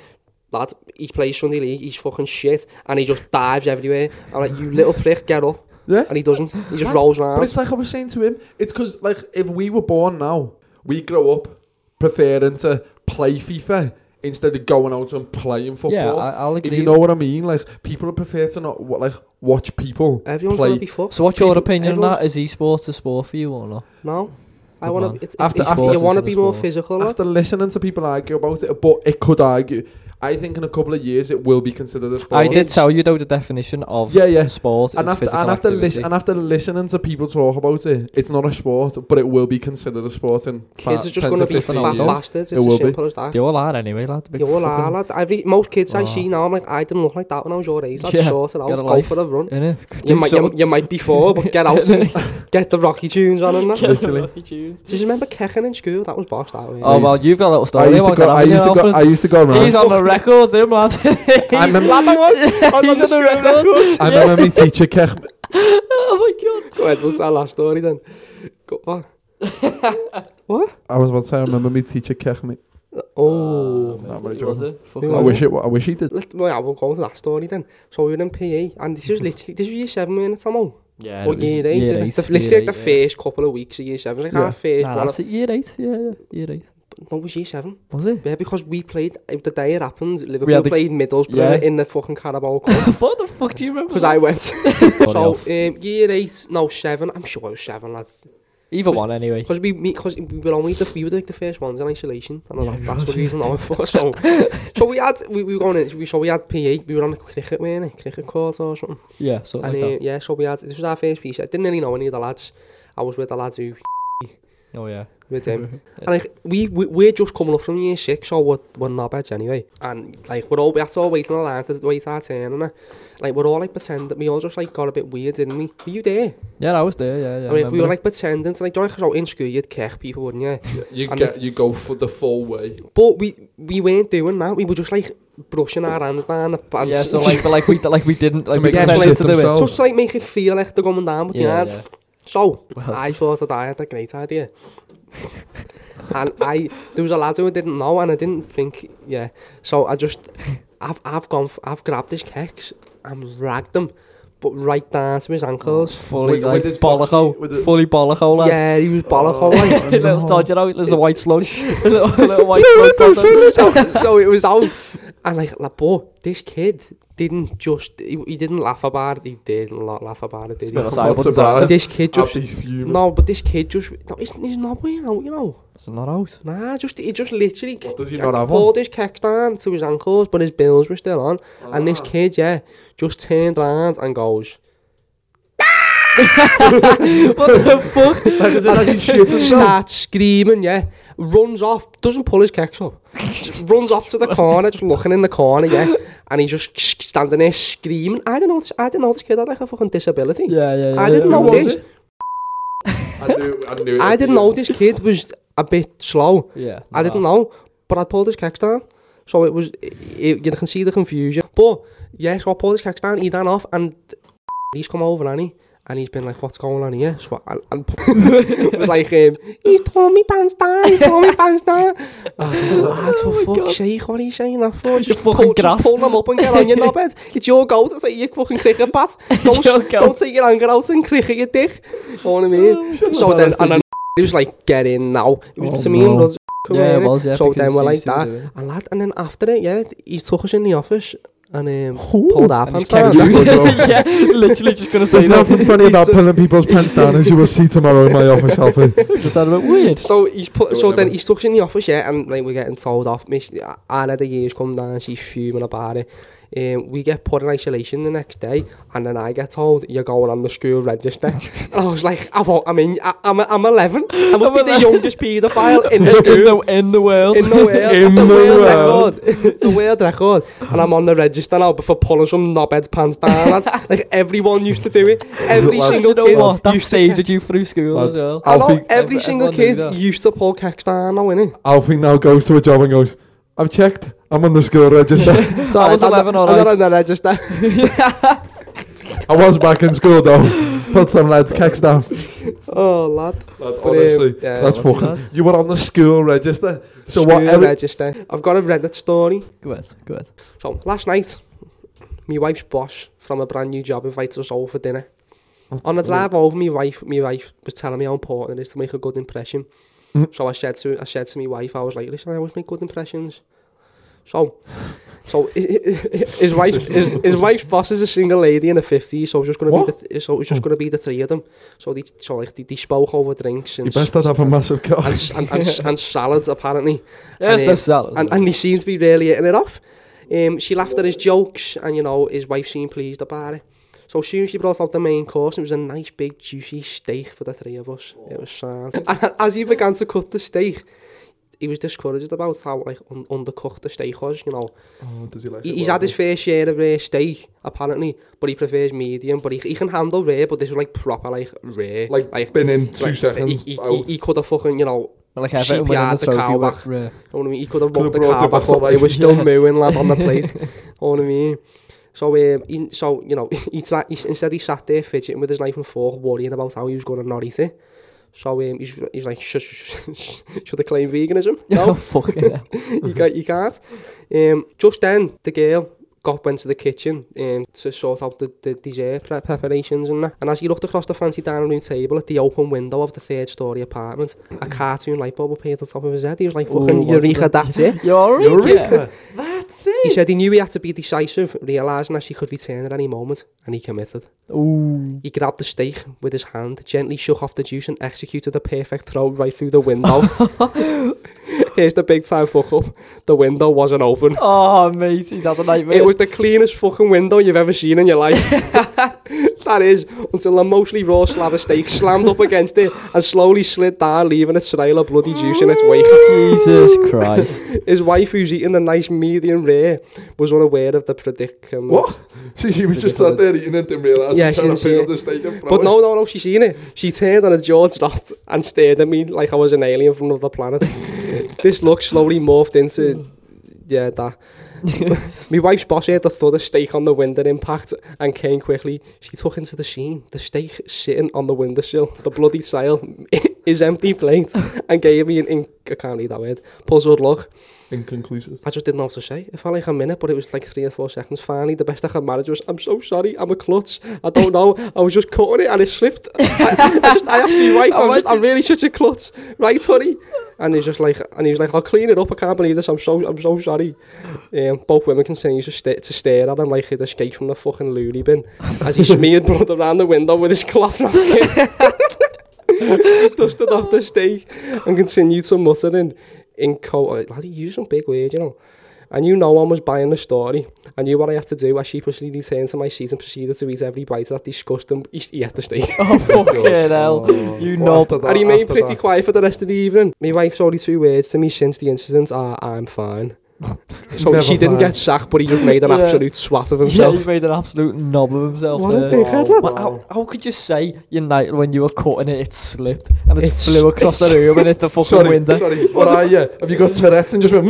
[SPEAKER 3] lad, he plays Sunday league, he's fucking shit, and he just dives everywhere. I'm like, you little prick, get up.
[SPEAKER 2] Yeah.
[SPEAKER 3] And he doesn't. He just
[SPEAKER 2] Right.
[SPEAKER 3] rolls
[SPEAKER 2] But
[SPEAKER 3] around.
[SPEAKER 2] it's like I was saying to him, it's because like if we were born now, we grow up preferring to play FIFA instead of going out and playing football.
[SPEAKER 1] Yeah, I, I'll
[SPEAKER 2] if
[SPEAKER 1] agree.
[SPEAKER 2] you know what I mean, like people prefer to not wa- like watch people
[SPEAKER 3] Everyone's
[SPEAKER 2] play
[SPEAKER 3] going to be fucked.
[SPEAKER 1] so, what's your
[SPEAKER 3] people-
[SPEAKER 1] opinion on
[SPEAKER 3] everyone's-
[SPEAKER 1] that? Is esports a sport for you or not?
[SPEAKER 3] No. I
[SPEAKER 1] Good
[SPEAKER 3] want
[SPEAKER 1] man.
[SPEAKER 3] to... It's,
[SPEAKER 2] After-
[SPEAKER 3] after,
[SPEAKER 2] after-
[SPEAKER 3] you want to
[SPEAKER 1] Sports
[SPEAKER 3] be
[SPEAKER 1] is
[SPEAKER 3] more
[SPEAKER 1] sport.
[SPEAKER 3] physical. lad.
[SPEAKER 2] after listening to people argue about it, but it could argue. I think in a couple of years it will be considered a sport.
[SPEAKER 1] I did
[SPEAKER 3] It's-
[SPEAKER 1] tell you though the definition of
[SPEAKER 2] Yeah, yeah.
[SPEAKER 1] sport
[SPEAKER 2] And
[SPEAKER 1] is
[SPEAKER 2] after,
[SPEAKER 1] physical
[SPEAKER 2] and, after lis-
[SPEAKER 1] activity.
[SPEAKER 2] and after listening to people talk about it, it's not a sport, but it will be considered a sport in
[SPEAKER 3] Kids
[SPEAKER 2] fa-
[SPEAKER 3] are just
[SPEAKER 2] 10
[SPEAKER 3] going to be
[SPEAKER 1] fifteen
[SPEAKER 3] fat
[SPEAKER 1] years.
[SPEAKER 3] bastards.
[SPEAKER 2] It
[SPEAKER 3] It's
[SPEAKER 2] will
[SPEAKER 3] as
[SPEAKER 2] be.
[SPEAKER 3] simple as that.
[SPEAKER 1] they all are anyway, lad. Big
[SPEAKER 3] You all
[SPEAKER 1] fucking-
[SPEAKER 3] are, lad. Every, most kids I
[SPEAKER 1] Oh.
[SPEAKER 3] see now, I'm like, I didn't look like that when I was your age. That's
[SPEAKER 1] Yeah,
[SPEAKER 3] sorted out.
[SPEAKER 1] get a
[SPEAKER 3] Go
[SPEAKER 1] life.
[SPEAKER 3] for a run.
[SPEAKER 1] Innit?
[SPEAKER 3] You
[SPEAKER 1] Do
[SPEAKER 3] might, you,
[SPEAKER 1] something.
[SPEAKER 3] you might be four, but get out and get the Rocky tunes on and that.
[SPEAKER 1] Get
[SPEAKER 3] Do
[SPEAKER 1] Literally.
[SPEAKER 3] you remember Kekken in school? That was boss that way.
[SPEAKER 1] Oh well, you've got a little
[SPEAKER 2] I
[SPEAKER 1] story.
[SPEAKER 2] used, to
[SPEAKER 1] about
[SPEAKER 2] go,
[SPEAKER 1] that,
[SPEAKER 2] I,
[SPEAKER 1] haven't you,
[SPEAKER 2] used to go,
[SPEAKER 1] Alfred?
[SPEAKER 2] I used to go around.
[SPEAKER 1] He's on the records, him lad.
[SPEAKER 2] I remember,
[SPEAKER 3] Lad, I was. I was on
[SPEAKER 1] He's
[SPEAKER 3] the
[SPEAKER 1] on
[SPEAKER 3] school
[SPEAKER 1] the records.
[SPEAKER 2] I remember my teacher Kech,
[SPEAKER 1] Oh my god.
[SPEAKER 3] Go ahead, what's that last story then? Go back.
[SPEAKER 2] I was about to say, I remember my teacher Kech. me.
[SPEAKER 3] Oh.
[SPEAKER 2] That
[SPEAKER 1] was
[SPEAKER 2] was
[SPEAKER 1] it? Was it? Fucking-
[SPEAKER 2] I wish it. wa- I wish he did.
[SPEAKER 3] Let, well, yeah, we'll go on to that story then. So we were in PE, and this was literally, this was year seven, weren't it, Tomo?
[SPEAKER 1] Mm-hmm. Yeah.
[SPEAKER 3] Or year eight. isn't it? The- Literally, like the first couple of weeks of year seven. It's like
[SPEAKER 2] Yeah.
[SPEAKER 3] our first
[SPEAKER 1] Nah,
[SPEAKER 3] one.
[SPEAKER 1] that's it. Year eight. Yeah, yeah. Year eight.
[SPEAKER 3] No, it was year seven.
[SPEAKER 1] Was it?
[SPEAKER 3] Yeah, because we played the day it happened.
[SPEAKER 1] We
[SPEAKER 3] Liverpool
[SPEAKER 1] had the-
[SPEAKER 3] played Middlesbrough
[SPEAKER 1] Yeah.
[SPEAKER 3] in the fucking Carabao Cup
[SPEAKER 1] what the fuck do you remember?
[SPEAKER 3] because I went. so
[SPEAKER 1] off.
[SPEAKER 3] um, year eight, no seven. I'm sure it was seven, lad.
[SPEAKER 1] Either one, anyway.
[SPEAKER 3] Because we because we were only the we were like the first ones in isolation, and
[SPEAKER 1] Yeah,
[SPEAKER 3] that's,
[SPEAKER 1] we
[SPEAKER 3] that's
[SPEAKER 1] was,
[SPEAKER 3] what the reason I went for. So, so we had we, we were going in. We, so we had PE. We were on the cricket, weren't it? Cricket court or something.
[SPEAKER 1] Yeah, something
[SPEAKER 3] and
[SPEAKER 1] like
[SPEAKER 3] uh, yeah, so we had this was our first piece. I didn't really know any of the lads. I was with the lads who
[SPEAKER 1] that. Oh yeah.
[SPEAKER 3] with him. And like we, we we're just coming up from year six, so we're we're knobheads anyway. And like we're all we had to all wait in the line to wait our turn and that. Like we're all like pretending we all just like got a bit weird, didn't we? Were you there?
[SPEAKER 1] Yeah, I was there. Yeah, yeah.
[SPEAKER 3] I mean, Oh, we
[SPEAKER 1] remember.
[SPEAKER 3] were like pretending to like don't you know, so in school you'd kick people, wouldn't you?
[SPEAKER 2] You
[SPEAKER 3] And
[SPEAKER 2] get. You go for the full way.
[SPEAKER 3] But we we weren't doing that. We were just like brushing our hands down the pants.
[SPEAKER 1] Yeah, so like, but like we, like we didn't, like we
[SPEAKER 2] make them
[SPEAKER 1] didn't
[SPEAKER 2] shit
[SPEAKER 1] to do it.
[SPEAKER 2] themselves.
[SPEAKER 3] just to like make it feel like they're coming down with the
[SPEAKER 1] Yeah,
[SPEAKER 3] hands.
[SPEAKER 1] yeah.
[SPEAKER 3] So I thought that I had a great idea. and I there was a lad who I didn't know and I didn't think yeah. So I just I've I've gone f- I've grabbed his kicks and ragged them but right down to his ankles.
[SPEAKER 1] Fully
[SPEAKER 2] With- with
[SPEAKER 1] like
[SPEAKER 2] his
[SPEAKER 1] bollico,
[SPEAKER 2] boxy- with the-
[SPEAKER 1] fully bollico, Oh. lad. Oh.
[SPEAKER 3] yeah, he was bollock like
[SPEAKER 1] Hey, little stodge, you know, there's a white slug, there's a little white slug. down there.
[SPEAKER 3] so, so it was out and like like but this kid didn't just he, he didn't laugh about it, he did not laugh about it, did
[SPEAKER 1] Spit
[SPEAKER 3] he?
[SPEAKER 1] us out,
[SPEAKER 2] What's
[SPEAKER 1] what's
[SPEAKER 2] about
[SPEAKER 1] out?
[SPEAKER 3] This kid just
[SPEAKER 2] I'd be fuming.
[SPEAKER 3] No, but this kid just no, he's, he's not weighing out, you know.
[SPEAKER 1] It's not out.
[SPEAKER 3] Nah, just he just literally
[SPEAKER 2] What does he
[SPEAKER 3] k-
[SPEAKER 2] not have
[SPEAKER 3] pulled his kicks down to his ankles, but his bills were still on. And
[SPEAKER 2] Ah.
[SPEAKER 3] this kid, yeah, just turned round and goes.
[SPEAKER 1] What the fuck?
[SPEAKER 2] Like, is it like he shit
[SPEAKER 1] Mm.
[SPEAKER 2] himself?
[SPEAKER 3] Starts screaming, yeah. Runs off, doesn't pull his kicks up. just runs off to the corner, just looking in the corner, yeah. And he's just s- standing there screaming. I don't know. This, I didn't know this kid had like a fucking disability.
[SPEAKER 1] Yeah, yeah, yeah.
[SPEAKER 3] I didn't
[SPEAKER 1] yeah.
[SPEAKER 3] know
[SPEAKER 2] Who was
[SPEAKER 3] this.
[SPEAKER 2] it? I knew. I knew. it.
[SPEAKER 3] I didn't know this kid was a bit slow.
[SPEAKER 1] Yeah.
[SPEAKER 3] I didn't know, but I pulled his kicks down. So it was, eh, it, it, you can see the confusion. But yeah, so I pulled his kicks down, he ran off, and he's come over, and he? And he's been like, what's going on here? So I, and it was like, um, he's pulling me pants down, he's pulling me pants down. And I was like, oh, for fuck's sake, what are you saying that for? Just
[SPEAKER 1] fucking
[SPEAKER 3] pull,
[SPEAKER 1] grass.
[SPEAKER 3] Just pull them up and get on your knobhead. It's your goat, it's like your fucking cricket bat. Don't,
[SPEAKER 1] your
[SPEAKER 3] don't
[SPEAKER 1] goat.
[SPEAKER 3] take your anger out and cricket your dick. You know what I mean? so then, and then he was like, get in now. It was
[SPEAKER 1] Oh,
[SPEAKER 3] to me and
[SPEAKER 1] no.
[SPEAKER 3] Rudd's
[SPEAKER 1] Yeah, it was, yeah.
[SPEAKER 3] So
[SPEAKER 1] because
[SPEAKER 3] then we're
[SPEAKER 1] he
[SPEAKER 3] like
[SPEAKER 1] used to
[SPEAKER 3] that.
[SPEAKER 1] do it.
[SPEAKER 3] And lad, and then after it, yeah, he took us in the office and um,
[SPEAKER 4] Ooh.
[SPEAKER 3] pulled our
[SPEAKER 1] And he's
[SPEAKER 3] pants
[SPEAKER 1] kept
[SPEAKER 3] down.
[SPEAKER 4] down.
[SPEAKER 1] doing it. yeah, literally just going to say
[SPEAKER 4] There's
[SPEAKER 1] that.
[SPEAKER 4] nothing funny
[SPEAKER 1] He's
[SPEAKER 4] about
[SPEAKER 1] so-
[SPEAKER 4] pulling people's pants down, as you will see tomorrow in my office, Alfie.
[SPEAKER 1] Does that a bit weird?
[SPEAKER 3] So he's put.
[SPEAKER 2] Do
[SPEAKER 3] So
[SPEAKER 2] whatever.
[SPEAKER 3] then he's stuck in the office, yeah, and like we're getting told off. Miss Anna the years come down, she's fuming about it. Um, we get put in isolation the next day, and then I get told you're going on the school register. and I was like, I've, al- I mean, I, I'm I'm 11. I must be the youngest paedophile in the
[SPEAKER 1] in,
[SPEAKER 3] school.
[SPEAKER 1] the, in the world.
[SPEAKER 3] In the world,
[SPEAKER 4] In
[SPEAKER 3] it's a
[SPEAKER 4] the
[SPEAKER 3] weird
[SPEAKER 4] world.
[SPEAKER 3] record. It's a weird record, and I'm on the register now. But for pulling some knobhead's pants down, lad. like everyone used to do it. Every
[SPEAKER 1] Well,
[SPEAKER 3] single
[SPEAKER 1] you know
[SPEAKER 3] kid
[SPEAKER 1] what? That
[SPEAKER 3] used to
[SPEAKER 1] saved you through school
[SPEAKER 4] Well,
[SPEAKER 1] as well.
[SPEAKER 3] I know
[SPEAKER 4] Alfie-
[SPEAKER 1] Every-
[SPEAKER 3] every single
[SPEAKER 1] everyone knew
[SPEAKER 3] kid
[SPEAKER 1] that.
[SPEAKER 3] used to pull kicks down now, innit?
[SPEAKER 4] Alfie now goes to a job and goes, I've checked, I'm on the school register.
[SPEAKER 3] It's
[SPEAKER 1] I
[SPEAKER 3] alright,
[SPEAKER 1] was
[SPEAKER 3] I'm
[SPEAKER 1] 11,
[SPEAKER 3] not-
[SPEAKER 1] alright.
[SPEAKER 3] I'm not on the register.
[SPEAKER 4] I was back in school though. Put some lads' kicks down.
[SPEAKER 3] Oh, lad.
[SPEAKER 2] Lad,
[SPEAKER 3] But, um,
[SPEAKER 2] honestly,
[SPEAKER 3] yeah,
[SPEAKER 4] That's
[SPEAKER 3] what's it
[SPEAKER 4] fucking.
[SPEAKER 3] called?
[SPEAKER 2] you were on the school register.
[SPEAKER 4] So
[SPEAKER 3] School
[SPEAKER 4] what? Every,
[SPEAKER 3] register. I've got a Reddit story.
[SPEAKER 1] Go ahead, go ahead.
[SPEAKER 3] So, last night, my wife's boss from a brand new job invited us over for dinner. On the drive over, my wife, my wife was telling me how important it is to make a good impression.
[SPEAKER 4] Mm.
[SPEAKER 3] So I said to, I said to my wife, I was like, listen, I always make good impressions. So, so his wife's his, his wife's boss is a single lady in her fifties, so it was just gonna be the th- so it was just gonna be the three of them. So they so like they, they spoke over drinks and
[SPEAKER 4] you best not have a massive
[SPEAKER 3] and,
[SPEAKER 2] Oh.
[SPEAKER 4] car.
[SPEAKER 3] s- and, and, s- and salads apparently.
[SPEAKER 1] Yes,
[SPEAKER 3] um,
[SPEAKER 1] that's that.
[SPEAKER 3] And, and he seemed to be really hitting it off. Um, she laughed at his jokes and, you know, his wife seemed pleased about it. So soon she brought out the main course and it was a nice big juicy steak for the three of us. It was sad. And as he began to cut the steak, he was discouraged about how like un- undercooked the steak was, you know.
[SPEAKER 2] Oh, does he like
[SPEAKER 3] He-
[SPEAKER 2] it
[SPEAKER 3] He's
[SPEAKER 2] well?
[SPEAKER 3] had his fair share of rare steak, apparently, but he prefers medium. But he, he can handle rare, but this was like proper like rare.
[SPEAKER 2] like, been in two
[SPEAKER 3] like,
[SPEAKER 2] seconds.
[SPEAKER 3] He, he, he,
[SPEAKER 2] out.
[SPEAKER 3] he could have fucking, you know,
[SPEAKER 1] like Everton winning
[SPEAKER 3] CPR
[SPEAKER 1] the
[SPEAKER 3] to
[SPEAKER 1] trophy
[SPEAKER 3] Carabao.
[SPEAKER 1] with Rare.
[SPEAKER 3] You know what I mean? He could have
[SPEAKER 2] Could have
[SPEAKER 3] rubbed the
[SPEAKER 2] brought
[SPEAKER 3] car
[SPEAKER 2] it
[SPEAKER 3] back
[SPEAKER 2] back to
[SPEAKER 3] up. It was
[SPEAKER 2] life.
[SPEAKER 3] still mooing, lad, on the plate. you know what I mean? So, um, he, so you know, he, tra- he instead he sat there fidgeting with his knife and fork, worrying about how he was going to not eat it. So um, he's, he's like, should, should I claim veganism? Nou,
[SPEAKER 1] Oh,
[SPEAKER 3] No,
[SPEAKER 1] fucking hell.
[SPEAKER 3] you, can't, you can't. Um, just then, the girl got went to the kitchen um, to sort out the, the dessert pre- preparations and that. And as he looked across the fancy dining room table at the open window of the third story apartment, a cartoon light bulb appeared on top of his head. He was like,
[SPEAKER 1] Ooh,
[SPEAKER 3] fucking
[SPEAKER 1] what's
[SPEAKER 3] Eureka,
[SPEAKER 1] that?
[SPEAKER 3] that's it.
[SPEAKER 1] You're all right, yeah.
[SPEAKER 3] He said he knew he had to be decisive, realising that she could return at any moment, and he committed.
[SPEAKER 1] Ooh.
[SPEAKER 3] He grabbed the steak with his hand, gently shook off the juice, and executed a perfect throw right through the window. Here's the big time fuck up the window wasn't open.
[SPEAKER 1] Oh, mate, he's had a nightmare.
[SPEAKER 3] It was the cleanest fucking window you've ever seen in your life. that is, until a mostly raw slab of steak slammed up against it and slowly slid down, leaving a trail of bloody juice in its wake.
[SPEAKER 1] Jesus Christ.
[SPEAKER 3] His wife, who's eating a nice medium rare, was unaware of the predicament.
[SPEAKER 2] What? See, he was just sat there eating it and realised
[SPEAKER 3] Yeah,
[SPEAKER 2] yeah,
[SPEAKER 3] she
[SPEAKER 2] trying
[SPEAKER 3] didn't
[SPEAKER 2] to pick
[SPEAKER 3] see
[SPEAKER 2] up
[SPEAKER 3] it.
[SPEAKER 2] the steak and throw
[SPEAKER 3] But no, no, no, she seen it. She turned and her jaw dropped and stared at me like I was an alien from another planet. this look slowly morphed into, yeah, that. My wife's boss heard the thud of steak on the window impact and came quickly. She took into the scene, the steak sitting on the windowsill, the bloody sail, his empty plate, and gave me an, in- I can't read that word, puzzled look.
[SPEAKER 2] it. Inconclusive.
[SPEAKER 3] I just didn't know what to say. It felt like a minute, but it was like three or four seconds. Finally, the best I could manage was, I'm so sorry, I'm a klutz. I don't know. I nou, oh, was just cutting it and it slipped. I, I just, I asked my wife, I'm, just, I'm really such a klutz. Right, honey? And he's just dus like, and he was like, I'll clean it up. I can't believe this. I'm so, I'm so sorry. Um, both women continued to, sta to stare at him like he'd escaped from the fucking loony bin as he smeared blood around the window with his cloth napkin. Dusted off the steak and continued to mutter in, in co- lad, he used some big words, you know. I knew no one was buying the story. I knew what I had to do. I sheepishly returned to my seat and proceeded to eat every bite of that disgusting he had to steak.
[SPEAKER 1] Oh, fucking hell. You know.
[SPEAKER 2] after that,
[SPEAKER 3] I remained
[SPEAKER 2] after
[SPEAKER 3] pretty
[SPEAKER 2] that.
[SPEAKER 3] quiet for the rest of the evening. My wife's only two words to me since the incident are, I'm fine. So
[SPEAKER 4] Never
[SPEAKER 3] she didn't
[SPEAKER 4] fine.
[SPEAKER 3] get sacked, but he just made an
[SPEAKER 1] Yeah.
[SPEAKER 3] absolute swat of
[SPEAKER 1] Yeah,
[SPEAKER 3] himself.
[SPEAKER 1] he's made an absolute knob of himself
[SPEAKER 3] What a
[SPEAKER 1] there.
[SPEAKER 3] dick.
[SPEAKER 1] Well, how, how could you say United when you were cutting it, it slipped and it
[SPEAKER 3] It's-
[SPEAKER 1] flew across the room and hit the fucking
[SPEAKER 2] Sorry,
[SPEAKER 1] window?
[SPEAKER 2] sorry. What are you? Have you got Tourette's and just went?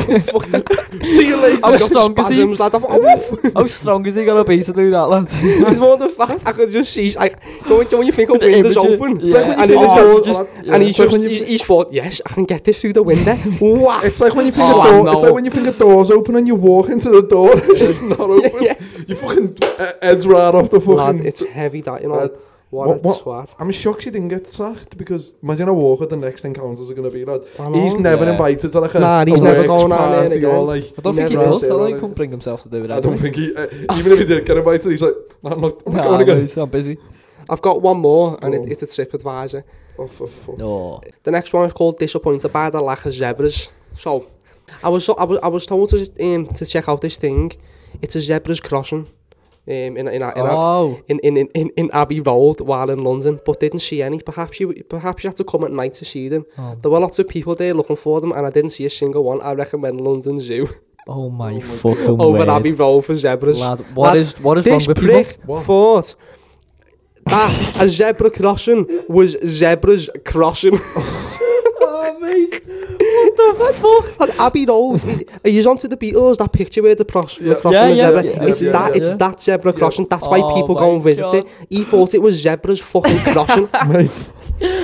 [SPEAKER 2] See you
[SPEAKER 1] I've
[SPEAKER 2] later.
[SPEAKER 3] I've
[SPEAKER 1] got
[SPEAKER 3] got
[SPEAKER 1] strong, is he?
[SPEAKER 3] spasms, lad. I've, oh,
[SPEAKER 1] How strong is he gonna be to do that, lad?
[SPEAKER 3] it's more the fact I could just see. Like, don't, don't you think a
[SPEAKER 1] The
[SPEAKER 3] window's
[SPEAKER 1] imagery.
[SPEAKER 3] open?
[SPEAKER 1] Yeah.
[SPEAKER 2] when you think
[SPEAKER 3] And, he
[SPEAKER 2] a
[SPEAKER 3] just,
[SPEAKER 2] door-
[SPEAKER 3] just,
[SPEAKER 2] yeah.
[SPEAKER 3] and he's
[SPEAKER 2] It's like
[SPEAKER 3] just,
[SPEAKER 2] when
[SPEAKER 3] he's, he's thought, yes, I can get this through the window. Wow.
[SPEAKER 2] It's like when you think
[SPEAKER 3] Oh,
[SPEAKER 2] a door. It's
[SPEAKER 3] no.
[SPEAKER 2] like when you think a door's open and you walk into the door. It's just not open. You fucking uh, heads right off the
[SPEAKER 3] Lad,
[SPEAKER 2] fucking.
[SPEAKER 3] it's heavy that, you know.
[SPEAKER 1] Uh,
[SPEAKER 2] Lad,
[SPEAKER 3] what,
[SPEAKER 2] what-
[SPEAKER 3] a
[SPEAKER 2] what-
[SPEAKER 3] swat.
[SPEAKER 2] I'm shocked she didn't get sacked because imagine how awkward the next encounters are going to be, lad.
[SPEAKER 3] I know.
[SPEAKER 2] He's never
[SPEAKER 1] Yeah.
[SPEAKER 2] invited to like a,
[SPEAKER 3] Ah, nou, Nah, he's
[SPEAKER 2] a
[SPEAKER 3] never
[SPEAKER 2] works
[SPEAKER 3] going out there
[SPEAKER 2] party or
[SPEAKER 3] again.
[SPEAKER 2] like.
[SPEAKER 1] I don't think he
[SPEAKER 2] Never
[SPEAKER 1] does. I
[SPEAKER 2] there,
[SPEAKER 1] don't think
[SPEAKER 2] right?
[SPEAKER 1] he can bring himself to do it.
[SPEAKER 2] I don't think he. Uh, even if he did get invited, he's like, nah, I'm not. I'm not going again.
[SPEAKER 1] I'm busy.
[SPEAKER 3] I've got one more, and
[SPEAKER 2] Oh.
[SPEAKER 3] it, it's a trip advisor.
[SPEAKER 2] Oh, for fuck.
[SPEAKER 1] No.
[SPEAKER 3] The next one is called Disappointed by the Lack of Zebras. So, I was I was I was told to um, to check out this thing. It's a zebra's crossing, um, in in in, in,
[SPEAKER 1] Oh,
[SPEAKER 3] in, in, in, in Abbey Road while in London, but didn't see any. Perhaps you perhaps you had to come at night to see them.
[SPEAKER 1] Oh.
[SPEAKER 3] There were lots of people there looking for them, and I didn't see a single one. I recommend London Zoo
[SPEAKER 1] oh my Oh, fucking
[SPEAKER 3] over
[SPEAKER 1] word.
[SPEAKER 3] Abbey Road for zebras.
[SPEAKER 1] Lad, what
[SPEAKER 3] Lad,
[SPEAKER 1] is what is wrong
[SPEAKER 3] this
[SPEAKER 1] with
[SPEAKER 3] prick
[SPEAKER 1] people?
[SPEAKER 3] thought that a zebra crossing was zebras crossing.
[SPEAKER 1] Oh, mate. What the fuck?
[SPEAKER 3] And Abbey Road, is- are you onto the Beatles? That picture where the, pros-
[SPEAKER 2] Yeah.
[SPEAKER 3] the crossing
[SPEAKER 1] Yeah, yeah,
[SPEAKER 3] the zebra.
[SPEAKER 1] yeah,
[SPEAKER 3] it's
[SPEAKER 2] yeah,
[SPEAKER 3] that.
[SPEAKER 2] yeah,
[SPEAKER 3] It's
[SPEAKER 1] yeah.
[SPEAKER 3] that zebra crossing. That's why
[SPEAKER 1] Oh
[SPEAKER 3] people
[SPEAKER 1] my
[SPEAKER 3] go and visit
[SPEAKER 1] God.
[SPEAKER 3] it. He thought it was zebra's fucking crossing.
[SPEAKER 2] Mate,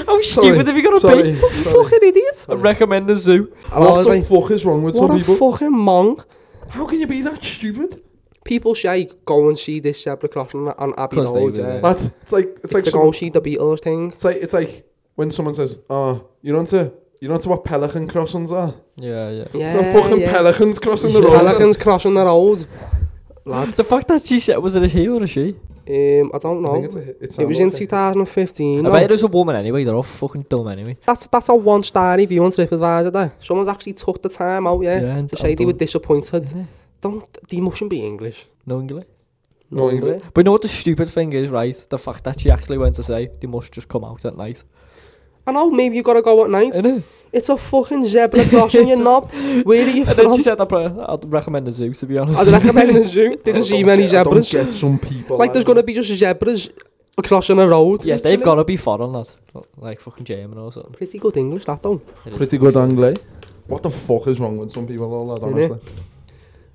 [SPEAKER 1] How stupid have you got to
[SPEAKER 2] sorry,
[SPEAKER 1] be?
[SPEAKER 2] sorry.
[SPEAKER 3] fucking idiot!
[SPEAKER 1] I recommend the zoo.
[SPEAKER 3] And I
[SPEAKER 2] What
[SPEAKER 3] was
[SPEAKER 2] the
[SPEAKER 3] like,
[SPEAKER 2] fuck is wrong with
[SPEAKER 3] what
[SPEAKER 2] some
[SPEAKER 3] a
[SPEAKER 2] people?
[SPEAKER 3] fucking monk.
[SPEAKER 2] How can you be that stupid?
[SPEAKER 3] People say go and see this zebra crossing on Abbey
[SPEAKER 1] 'Cause they
[SPEAKER 3] Road.
[SPEAKER 1] will,
[SPEAKER 3] yeah.
[SPEAKER 1] yeah.
[SPEAKER 2] That it's like it's,
[SPEAKER 3] It's,
[SPEAKER 2] like
[SPEAKER 3] the
[SPEAKER 2] some-
[SPEAKER 3] go and see the Beatles thing.
[SPEAKER 2] it's like it's like when someone says, "Oh, you don't to you don't to what pelican crossings are?
[SPEAKER 1] Yeah, yeah.
[SPEAKER 3] Yeah,
[SPEAKER 2] There's no fucking
[SPEAKER 3] yeah.
[SPEAKER 2] pelicans crossing the road."
[SPEAKER 3] Pelicans crossing the road. Lad,
[SPEAKER 1] The fact that she said was er it a he or a she?
[SPEAKER 3] um, I don't
[SPEAKER 2] I
[SPEAKER 3] know.
[SPEAKER 2] think it's a, it's
[SPEAKER 3] It was in 2015.
[SPEAKER 1] I
[SPEAKER 3] no?
[SPEAKER 1] bet it was a woman anyway. They're all fucking dumb anyway.
[SPEAKER 3] That's that's a one star review on TripAdvisor there. Someone's actually took the time out,
[SPEAKER 2] Eh,
[SPEAKER 3] yeah,
[SPEAKER 1] Yeah, I'm
[SPEAKER 3] to say they were
[SPEAKER 1] done.
[SPEAKER 3] disappointed.
[SPEAKER 1] Yeah.
[SPEAKER 3] Don't they mustn't be English.
[SPEAKER 1] No English.
[SPEAKER 2] No Oh, English.
[SPEAKER 1] But you know what the stupid thing is, right? The fact that she actually went to say they must just come out at night.
[SPEAKER 3] I know, maybe you gotta go at night.
[SPEAKER 1] Innit?
[SPEAKER 3] It's a fucking zebra crossing, you
[SPEAKER 1] Just-
[SPEAKER 3] knob. Where are you
[SPEAKER 1] And then
[SPEAKER 3] from?
[SPEAKER 1] she said, I'd, pre- I'd eh, recommend the zoo, to be honest.
[SPEAKER 3] I'd recommend the zoo. Didn't see many
[SPEAKER 2] I Oh, don't
[SPEAKER 3] zebras.
[SPEAKER 2] get some people.
[SPEAKER 3] Like there's gonna be just zebras crossing a road.
[SPEAKER 1] yeah, they've got to be foreign, lad. Like fucking German or something.
[SPEAKER 3] Pretty good English that though.
[SPEAKER 1] It is.
[SPEAKER 2] pretty good English. What the fuck is wrong with some people? All that
[SPEAKER 3] Isn't it?
[SPEAKER 2] honestly.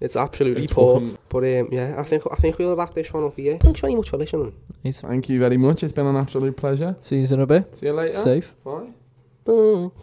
[SPEAKER 3] It's absolutely
[SPEAKER 2] It's
[SPEAKER 3] poor.
[SPEAKER 2] fucking-
[SPEAKER 3] But um, yeah, I think I think we'll wrap this one up here. Thanks very much for listening.
[SPEAKER 2] Thank you very much. It's been an absolute pleasure.
[SPEAKER 1] See you in a bit.
[SPEAKER 2] See you later.
[SPEAKER 1] Safe.
[SPEAKER 2] Bye.
[SPEAKER 3] Bye.